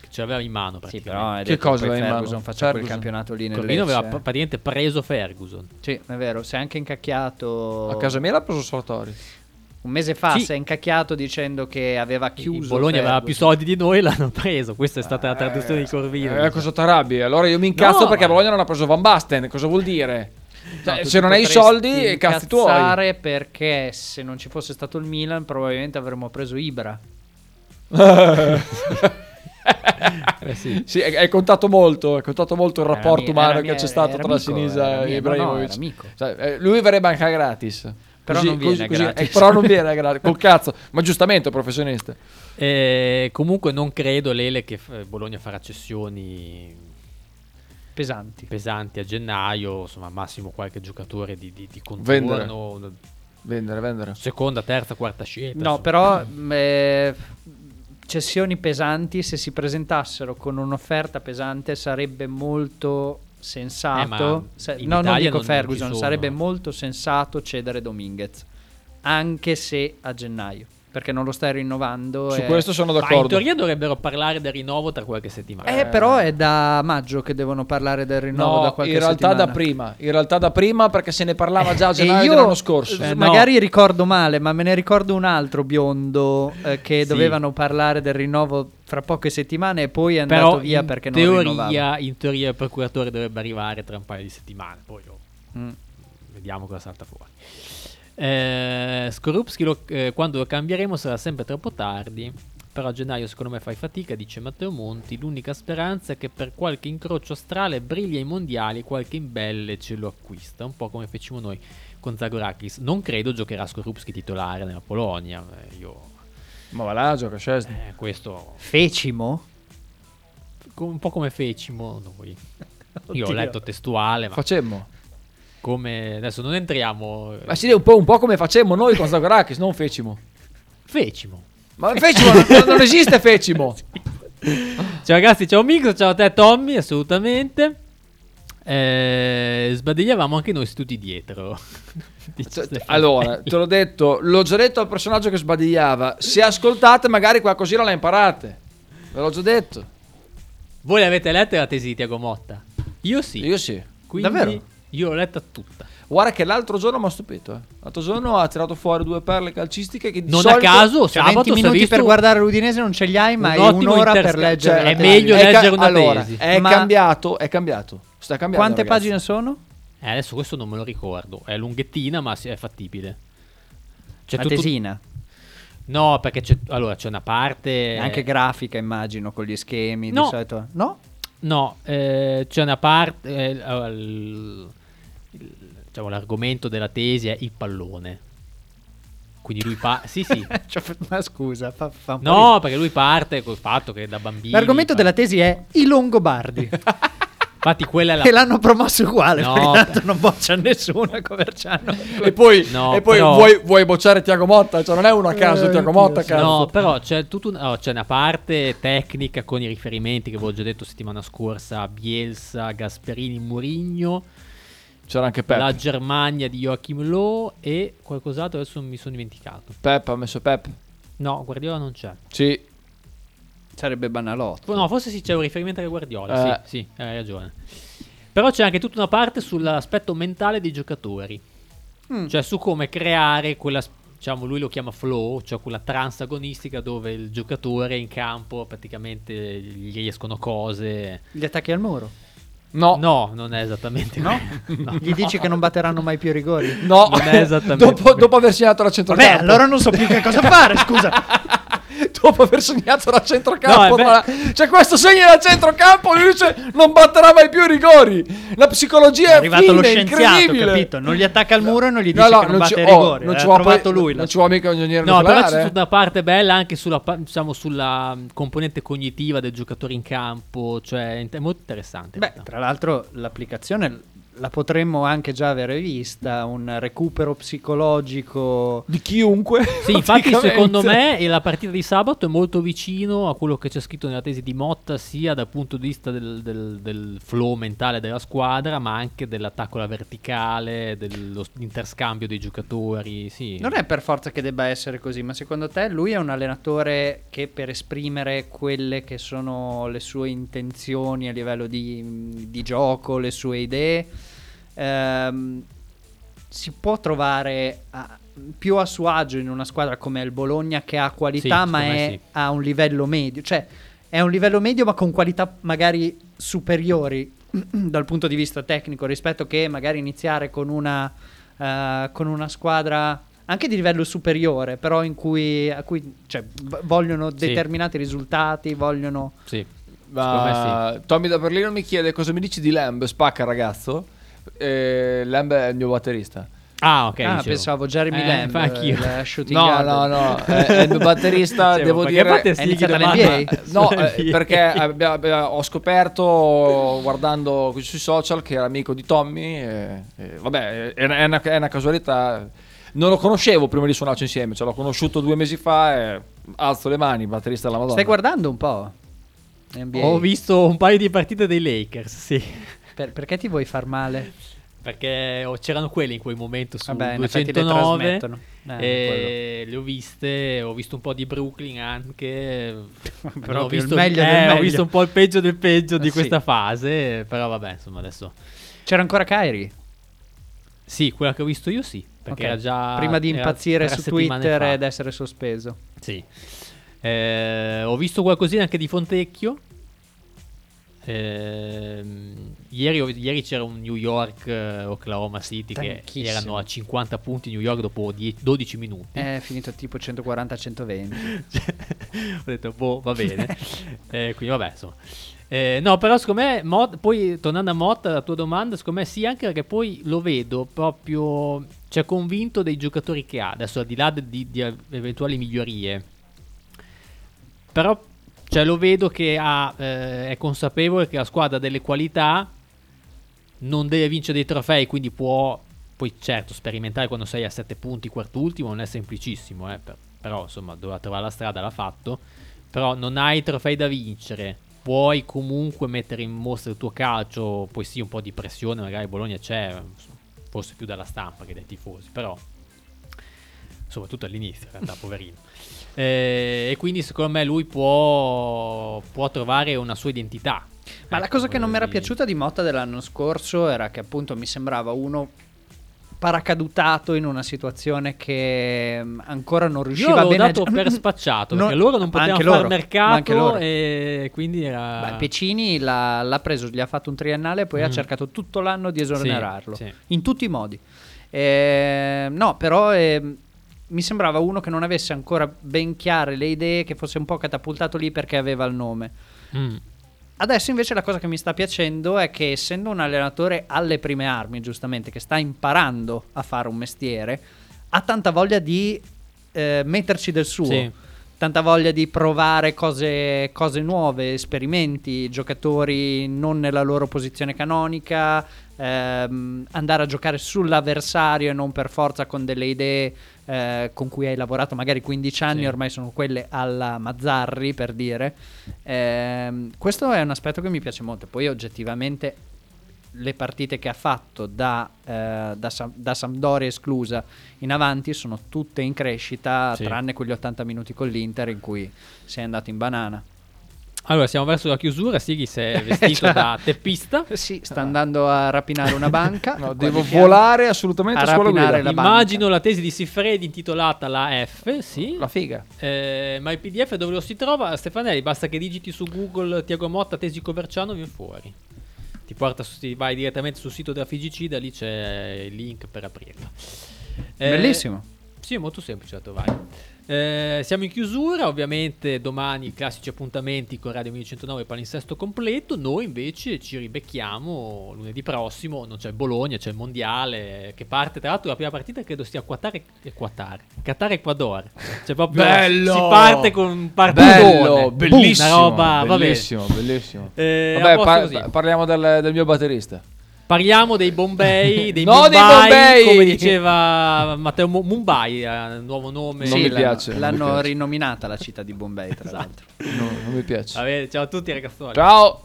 Speaker 5: che ce l'aveva in mano
Speaker 6: Sì,
Speaker 5: praticamente.
Speaker 6: però hai detto poi Ferguson faccia quel campionato lì nel
Speaker 5: Corvino
Speaker 6: Lecce.
Speaker 5: aveva pr- praticamente preso Ferguson.
Speaker 6: Sì, è vero, si è anche incacchiato.
Speaker 2: A casa mia l'ha preso Sartori.
Speaker 6: Un mese fa
Speaker 5: Sì.
Speaker 6: si è incacchiato dicendo che aveva chiuso.
Speaker 5: Il Bologna
Speaker 6: Ferguson.
Speaker 5: aveva
Speaker 6: Eh,
Speaker 5: più soldi di noi, l'hanno preso. Questa è stata la traduzione di Corvino.
Speaker 2: Eh, cosa t'arrabbi? Allora io mi incazzo
Speaker 5: No,
Speaker 2: perché
Speaker 5: ma-
Speaker 2: Bologna non ha preso Van Basten, cosa vuol dire? Cioè,
Speaker 6: No, tu
Speaker 2: se
Speaker 6: ti
Speaker 2: non hai i
Speaker 6: potresti
Speaker 2: soldi, eh, cazzi tuoi.
Speaker 6: incazzare perché se non ci fosse stato il Milan, probabilmente avremmo preso Ibra.
Speaker 2: Eh sì. è, è contato molto, è contato molto il
Speaker 6: Era
Speaker 2: rapporto
Speaker 6: ami-
Speaker 2: umano
Speaker 6: era
Speaker 2: che
Speaker 6: ami-
Speaker 2: c'è stato
Speaker 6: era
Speaker 2: tra la
Speaker 6: amico, era
Speaker 2: Sinisa e
Speaker 6: amico, no,
Speaker 2: Ibrahimovic.
Speaker 6: era amico.
Speaker 2: Sai, eh, lui verrebbe anche gratis.
Speaker 6: Però
Speaker 2: Così-
Speaker 6: non viene
Speaker 2: così-
Speaker 6: a
Speaker 2: così-
Speaker 6: gratis.
Speaker 2: eh, però non viene a gratis. Col cazzo, ma giustamente, professionista.
Speaker 5: Eh, comunque non credo, Lele, che eh, Bologna farà cessioni
Speaker 6: Pesanti.
Speaker 5: pesanti a gennaio. Insomma, massimo qualche giocatore di, di, di
Speaker 2: Vendere.
Speaker 5: contorno. una
Speaker 2: Vendere, vendere.
Speaker 5: Seconda, terza, quarta scelta.
Speaker 6: No,
Speaker 5: insomma.
Speaker 6: però mh, eh, cessioni pesanti, se si presentassero con un'offerta pesante, sarebbe molto sensato.
Speaker 5: Eh, ma
Speaker 6: se-
Speaker 5: in
Speaker 6: no, non
Speaker 5: Italia
Speaker 6: dico
Speaker 5: non- non ci
Speaker 6: Ferguson,
Speaker 5: sono.
Speaker 6: sarebbe molto sensato cedere Dominguez, anche se a gennaio, perché non lo stai rinnovando.
Speaker 2: Su
Speaker 6: e-
Speaker 2: questo sono
Speaker 5: Ma in
Speaker 2: d'accordo.
Speaker 5: teoria dovrebbero parlare del rinnovo tra qualche settimana.
Speaker 6: Eh, però è da maggio che devono parlare del rinnovo
Speaker 2: No,
Speaker 6: da qualche
Speaker 2: in realtà
Speaker 6: settimana. Eh,
Speaker 2: da prima, in realtà da prima perché se ne parlava già a
Speaker 6: E
Speaker 2: gennaio
Speaker 6: io
Speaker 2: dell'anno scorso.
Speaker 6: eh, magari ricordo male, ma me ne ricordo un altro biondo eh, che
Speaker 5: Sì.
Speaker 6: dovevano parlare del rinnovo fra poche settimane e poi è andato
Speaker 5: Però
Speaker 6: via
Speaker 5: in
Speaker 6: perché non rinnovava.
Speaker 5: teoria, in teoria il procuratore dovrebbe arrivare tra un paio di settimane. Poi oh,
Speaker 6: Mm.
Speaker 5: vediamo cosa salta fuori. Eh, Skorupski lo- eh, quando lo cambieremo sarà sempre troppo tardi. Però a gennaio secondo me fai fatica, dice Matteo Monti. L'unica speranza è che per qualche incrocio astrale briglia ai mondiali e qualche imbelle ce lo acquista. Un po' come fecimo noi con Zagorakis. Non credo giocherà Skorupski titolare nella Polonia. eh, Io
Speaker 2: Ma va là, gioca Szczesny.
Speaker 5: eh, questo
Speaker 6: Fecimo?
Speaker 5: co- un po' come fecimo noi. Io ho
Speaker 2: Oddio.
Speaker 5: letto testuale, ma
Speaker 2: Facemmo.
Speaker 5: come adesso non entriamo. eh,
Speaker 2: Ma sì, un po', un po' come facemmo noi con Zagorakis, non fecimo.
Speaker 5: Fecimo.
Speaker 2: Ma fecimo non, non esiste fecimo.
Speaker 5: Ciao ragazzi, ciao Mix, ciao a te Tommy, assolutamente. Eh, sbadigliavamo anche noi tutti dietro. Dice Stefano.
Speaker 2: Cioè, Allora, te l'ho detto, l'ho già detto al personaggio che sbadigliava. Se ascoltate, magari qualcosina la imparate. Ve l'ho già detto.
Speaker 5: voi l'avete letta la tesi di Tiago Motta? Io sì.
Speaker 2: Io sì.
Speaker 5: Quindi
Speaker 2: Davvero?
Speaker 5: Io l'ho letta tutta.
Speaker 2: Guarda che l'altro giorno mi ha stupito. eh. L'altro giorno ha tirato fuori due perle calcistiche che di
Speaker 5: Non a
Speaker 2: solito-
Speaker 5: caso,
Speaker 6: Cioè,
Speaker 5: sabato
Speaker 6: 20
Speaker 5: si è
Speaker 6: minuti
Speaker 5: visto
Speaker 6: per guardare l'Udinese non ce li hai, ma
Speaker 5: un
Speaker 6: è
Speaker 5: ottimo
Speaker 6: un'ora per
Speaker 5: intersca-
Speaker 6: leggere.
Speaker 5: cioè,
Speaker 6: la
Speaker 5: è
Speaker 6: tesi.
Speaker 5: meglio
Speaker 2: ca-
Speaker 5: leggere una
Speaker 2: allora,
Speaker 5: tesi.
Speaker 2: È
Speaker 6: Ma-
Speaker 2: cambiato, è cambiato. Sta cambiando.
Speaker 6: Quante
Speaker 2: ragazzi.
Speaker 6: pagine sono?
Speaker 5: Eh, adesso questo non me lo ricordo. È lunghettina, ma sì, è fattibile. C'è
Speaker 6: La
Speaker 5: tutto-
Speaker 6: tesina.
Speaker 5: No, perché c'è, allora, c'è una parte.
Speaker 6: Anche grafica, immagino, con gli schemi
Speaker 5: Eh. No.
Speaker 6: di solito. No?
Speaker 5: No, eh, c'è una parte. eh, l- allora, l- il- diciamo, l'argomento della tesi è il pallone. Quindi lui pa- sì, sì.
Speaker 6: Cioè, Ma scusa, fa, fa un po'
Speaker 5: No,
Speaker 6: ridere.
Speaker 5: perché lui parte col fatto che da bambino.
Speaker 6: L'argomento della tesi è i Longobardi.
Speaker 5: Infatti, quella è la.
Speaker 6: Che l'hanno promosso uguale.
Speaker 5: No.
Speaker 6: perché tanto non boccia nessuno a Coverciano.
Speaker 2: E poi,
Speaker 5: No,
Speaker 2: e poi
Speaker 5: però-
Speaker 2: vuoi, vuoi bocciare Tiago Motta? Cioè, non è uno a caso
Speaker 5: Eh,
Speaker 2: Tiago Motta, cazzo.
Speaker 5: No, però c'è, tutta una, oh, c'è una parte tecnica con i riferimenti che avevo già detto settimana scorsa: Bielsa, Gasperini, Murigno.
Speaker 2: C'era anche Pep.
Speaker 5: La Germania di Joachim Low e qualcos'altro adesso mi sono dimenticato.
Speaker 2: Pep ha messo Pep.
Speaker 5: No, Guardiola non c'è.
Speaker 2: Sì.
Speaker 6: Sarebbe banalotto.
Speaker 5: No, forse sì, c'è un riferimento alla Guardiola.
Speaker 2: Eh.
Speaker 5: Sì, sì, hai ragione. Però c'è anche tutta una parte sull'aspetto mentale dei giocatori. Cioè su come creare quella, s- diciamo lui lo chiama flow, cioè quella trance agonistica dove il giocatore in campo praticamente gli escono cose.
Speaker 6: Gli attacchi al muro.
Speaker 2: No.
Speaker 5: No, non è esattamente
Speaker 6: Oh. No? Gli dici che non batteranno mai più i rigori? Certo.
Speaker 2: No,
Speaker 5: Non è esattamente
Speaker 2: dopo, dopo aver segnato la centrocampo.
Speaker 6: Vabbè, allora non so più che cosa fare, scusa.
Speaker 2: dopo aver segnato la centrocampo.
Speaker 5: No, è
Speaker 2: tra- Cioè, questo segna la centrocampo. Lui dice: Non batterà mai più i rigori. La psicologia è
Speaker 6: arrivato lo
Speaker 2: fine,
Speaker 6: scienziato,
Speaker 2: incredibile.
Speaker 6: capito? Non gli attacca al muro e non gli
Speaker 2: No,
Speaker 6: dice
Speaker 2: no,
Speaker 6: che non,
Speaker 2: non ci-
Speaker 6: batte i
Speaker 2: oh,
Speaker 6: rigori. eh,
Speaker 2: non ci
Speaker 6: ha
Speaker 2: vuole poi-
Speaker 6: trovato lui. la-
Speaker 2: non ci vuole mica un ingegnere
Speaker 5: No, però c'è
Speaker 2: nucleare, eh.
Speaker 5: tutta una parte bella anche sulla, pa- diciamo, sulla mh, componente cognitiva del giocatore in campo, cioè è int- è molto interessante.
Speaker 6: Beh, tra l'altro l'applicazione la potremmo anche già avere vista, un recupero psicologico
Speaker 2: di chiunque.
Speaker 5: Sì, infatti
Speaker 6: praticamente.
Speaker 5: secondo me la partita di sabato è molto vicino a quello che c'è scritto nella tesi di Motta, sia dal punto di vista del, del- del flow mentale della squadra, ma anche dell'attacco alla verticale, dell'interscambio dei giocatori. Sì.
Speaker 6: Non è per forza che debba essere così, ma secondo te lui è un allenatore che per esprimere quelle che sono le sue intenzioni a livello di, di gioco, le sue idee, ehm, si può trovare a- più a suo agio in una squadra come il Bologna che ha qualità
Speaker 5: Sì,
Speaker 6: ma
Speaker 5: secondo me
Speaker 6: è
Speaker 5: sì.
Speaker 6: a un livello medio, cioè è un livello medio ma con qualità magari superiori dal punto di vista tecnico rispetto che magari iniziare con una, eh, con una squadra anche di livello superiore, però in cui, a cui cioè, v- vogliono determinati risultati, vogliono...
Speaker 5: Sì.
Speaker 2: Ma Tommy da Berlino mi chiede cosa mi dici di Lamb, spacca ragazzo. Eh, Lamb è il mio batterista.
Speaker 5: Ah, ok.
Speaker 6: Ah,
Speaker 5: dicevo.
Speaker 6: pensavo Jeremy
Speaker 5: Eh,
Speaker 6: Lamb,
Speaker 5: fa anch'io.
Speaker 6: il shooting
Speaker 2: No,
Speaker 6: guard.
Speaker 2: no, no, è, è il mio batterista,
Speaker 5: Dicevo,
Speaker 2: devo
Speaker 5: ma che
Speaker 2: dire...
Speaker 5: battestighi
Speaker 6: È iniziata
Speaker 5: da
Speaker 6: la
Speaker 5: Madonna?
Speaker 6: NBA?
Speaker 2: No,
Speaker 5: Sulla
Speaker 2: eh,
Speaker 5: NBA.
Speaker 2: perché abbia- abbia- ho scoperto guardando sui social che era amico di Tommy. e- e vabbè, è, è una, è una casualità. Non lo conoscevo prima di suonarci insieme, cioè l'ho conosciuto due mesi fa e alzo le mani, batterista della Madonna.
Speaker 6: Stai guardando un po'? NBA?
Speaker 5: Ho visto un paio di partite dei Lakers, sì.
Speaker 6: Per- perché ti vuoi far male?
Speaker 5: Perché oh, c'erano quelli in quel momento su eh,
Speaker 6: Vabbè, in effetti le
Speaker 5: 209
Speaker 6: trasmettono. Eh,
Speaker 5: e le ho viste, ho visto un po' di Brooklyn anche,
Speaker 6: Proprio
Speaker 5: ho
Speaker 6: il
Speaker 5: visto,
Speaker 6: meglio del
Speaker 5: eh, ho
Speaker 6: meglio.
Speaker 5: visto un po' il peggio del peggio
Speaker 6: Eh,
Speaker 5: di
Speaker 6: sì.
Speaker 5: questa fase, però vabbè insomma adesso
Speaker 6: C'era ancora Kairi?
Speaker 5: sì, quella che ho visto io sì, perché
Speaker 6: Ok.
Speaker 5: era già
Speaker 6: Prima di
Speaker 5: era
Speaker 6: impazzire
Speaker 5: tre
Speaker 6: su
Speaker 5: settimane
Speaker 6: Twitter
Speaker 5: fa.
Speaker 6: ed essere sospeso.
Speaker 5: Sì. Eh, ho visto qualcosina anche di Fontecchio. Ehm, ieri, ho- ieri c'era un New York eh, Oklahoma City che
Speaker 6: Tanchissimo.
Speaker 5: erano a 50 punti New York dopo die- 12 minuti.
Speaker 6: È Eh, finito tipo 140-120.
Speaker 5: Cioè, ho detto boh, va bene. Eh, quindi vabbè, insomma. Eh, no, però secondo me, Mot- poi tornando a Motta, la tua domanda, secondo me sì, anche perché poi lo vedo proprio, cioè convinto dei giocatori che ha, adesso al di là de- di, di eventuali migliorie, però cioè, lo vedo che ha, eh, è consapevole che la squadra ha delle qualità, non deve vincere dei trofei, quindi può, poi certo, sperimentare quando sei a 7 punti, quart'ultimo, non è semplicissimo, eh, per- però insomma doveva trovare la strada, l'ha fatto, però non hai trofei da vincere, puoi comunque mettere in mostra il tuo calcio, poi sì un po' di pressione, magari Bologna c'è, forse più dalla stampa che dai tifosi, però soprattutto all'inizio, in realtà, poverino. Eh, e quindi secondo me lui può, può trovare una sua identità.
Speaker 6: Ma la
Speaker 5: Ecco,
Speaker 6: cosa che non mi
Speaker 5: voglio
Speaker 6: era
Speaker 5: dire.
Speaker 6: piaciuta di Motta dell'anno scorso era che appunto mi sembrava uno paracadutato in una situazione che mm, ancora non
Speaker 5: Io
Speaker 6: riusciva
Speaker 5: l'ho
Speaker 6: bene a
Speaker 5: dato
Speaker 6: gi-
Speaker 5: per spacciato
Speaker 6: No,
Speaker 5: perché loro non
Speaker 6: ma anche
Speaker 5: potevano
Speaker 6: loro,
Speaker 5: fare
Speaker 6: ma anche
Speaker 5: mercato
Speaker 6: loro.
Speaker 5: e quindi era
Speaker 6: Beh, Pecini l'ha, l'ha preso, gli ha fatto un triennale e poi ha
Speaker 5: Mm.
Speaker 6: cercato tutto l'anno di esonerarlo.
Speaker 5: Sì, sì.
Speaker 6: In tutti i modi. Ehm, no, però ehm, mi sembrava uno che non avesse ancora ben chiare le idee, che fosse un po' catapultato lì perché aveva il nome.
Speaker 5: Mm.
Speaker 6: Adesso invece la cosa che mi sta piacendo è che essendo un allenatore alle prime armi, giustamente, che sta imparando a fare un mestiere, ha tanta voglia di eh, metterci del suo.
Speaker 5: Sì.
Speaker 6: Tanta voglia di provare cose, cose nuove, esperimenti, giocatori non nella loro posizione canonica, ehm, andare a giocare sull'avversario e non per forza con delle idee eh, con cui hai lavorato magari 15 anni,
Speaker 5: Sì.
Speaker 6: ormai sono quelle alla Mazzarri per dire. Ehm, questo è un aspetto che mi piace molto. Poi oggettivamente le partite che ha fatto da, eh, da, Sam- da Sampdoria esclusa in avanti sono tutte in crescita,
Speaker 5: Sì.
Speaker 6: tranne quegli 80 minuti con l'Inter in cui si è andato in banana.
Speaker 5: Allora, siamo verso la chiusura. Sighi si è vestito
Speaker 6: Cioè,
Speaker 5: da teppista.
Speaker 6: Sì, sta andando a rapinare una banca.
Speaker 5: No,
Speaker 6: qua
Speaker 5: devo
Speaker 6: di fianco,
Speaker 5: volare assolutamente
Speaker 6: a
Speaker 5: a scuola
Speaker 6: rapinare la banca.
Speaker 5: Immagino la tesi di Siffredi intitolata La F, sì. La
Speaker 6: figa.
Speaker 5: ma il PDF dove lo si trova? Stefanelli, basta che digiti su Google Tiago Motta, tesi Coverciano, viene fuori. Ti porta su- ti vai direttamente sul sito della FIGC, da lì c'è il link per Eh, aprirla.
Speaker 6: Bellissimo.
Speaker 5: Sì, è molto semplice da trovare. Eh, siamo in chiusura, ovviamente domani i classici appuntamenti con Radio 1109 e Palinsesto completo, noi invece ci ribecchiamo lunedì prossimo, non c'è il Bologna, c'è il Mondiale eh, che parte, tra l'altro la prima partita credo sia Qatar e e Qatar, Qatar e Ecuador, cioè proprio
Speaker 2: Bello!
Speaker 5: si parte con un
Speaker 2: Bello,
Speaker 5: partitone,
Speaker 2: bellissimo,
Speaker 5: una roba, va bene.
Speaker 2: bellissimo, bellissimo.
Speaker 5: Eh, a
Speaker 2: Vabbè,
Speaker 5: posto
Speaker 2: par-
Speaker 5: così.
Speaker 2: parliamo del, del mio batterista.
Speaker 5: Parliamo dei Bombay, dei
Speaker 2: No,
Speaker 5: Mumbai,
Speaker 2: dei Bombay!
Speaker 5: come diceva Matteo Mu- Mumbai, eh, nuovo nome.
Speaker 6: Sì, l'hanno- L'hanno rinominata la città di Bombay,
Speaker 5: Esatto.
Speaker 6: tra l'altro.
Speaker 2: non mi piace.
Speaker 5: Va bene, ciao a tutti ragazzoni.
Speaker 2: Ciao.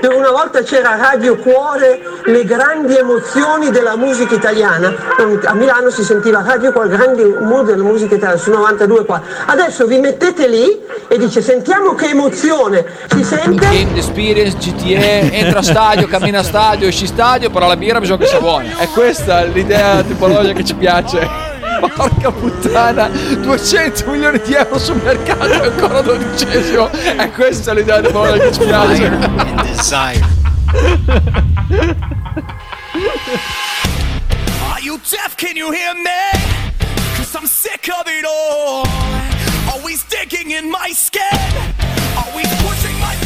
Speaker 1: Dove Una volta c'era Radio Cuore, le grandi emozioni della musica italiana. A Milano si sentiva Radio Cuore, grandi mood della musica italiana, su 92 qua. Adesso vi mettete lì e dice sentiamo che emozione. Si sente?
Speaker 2: Game experience, GTE, entra a stadio, cammina a stadio, esci stadio, però la birra bisogna che sia buona. È questa l'idea tipologica che ci piace. Porca puttana, 200 milioni di euro sul mercato e ancora dodicesimo. È questa l'idea tipologica che ci piace.
Speaker 4: Desire.
Speaker 17: Are you deaf? Can you hear me? Cause I'm sick of it all. Always digging in my skin. Always pushing my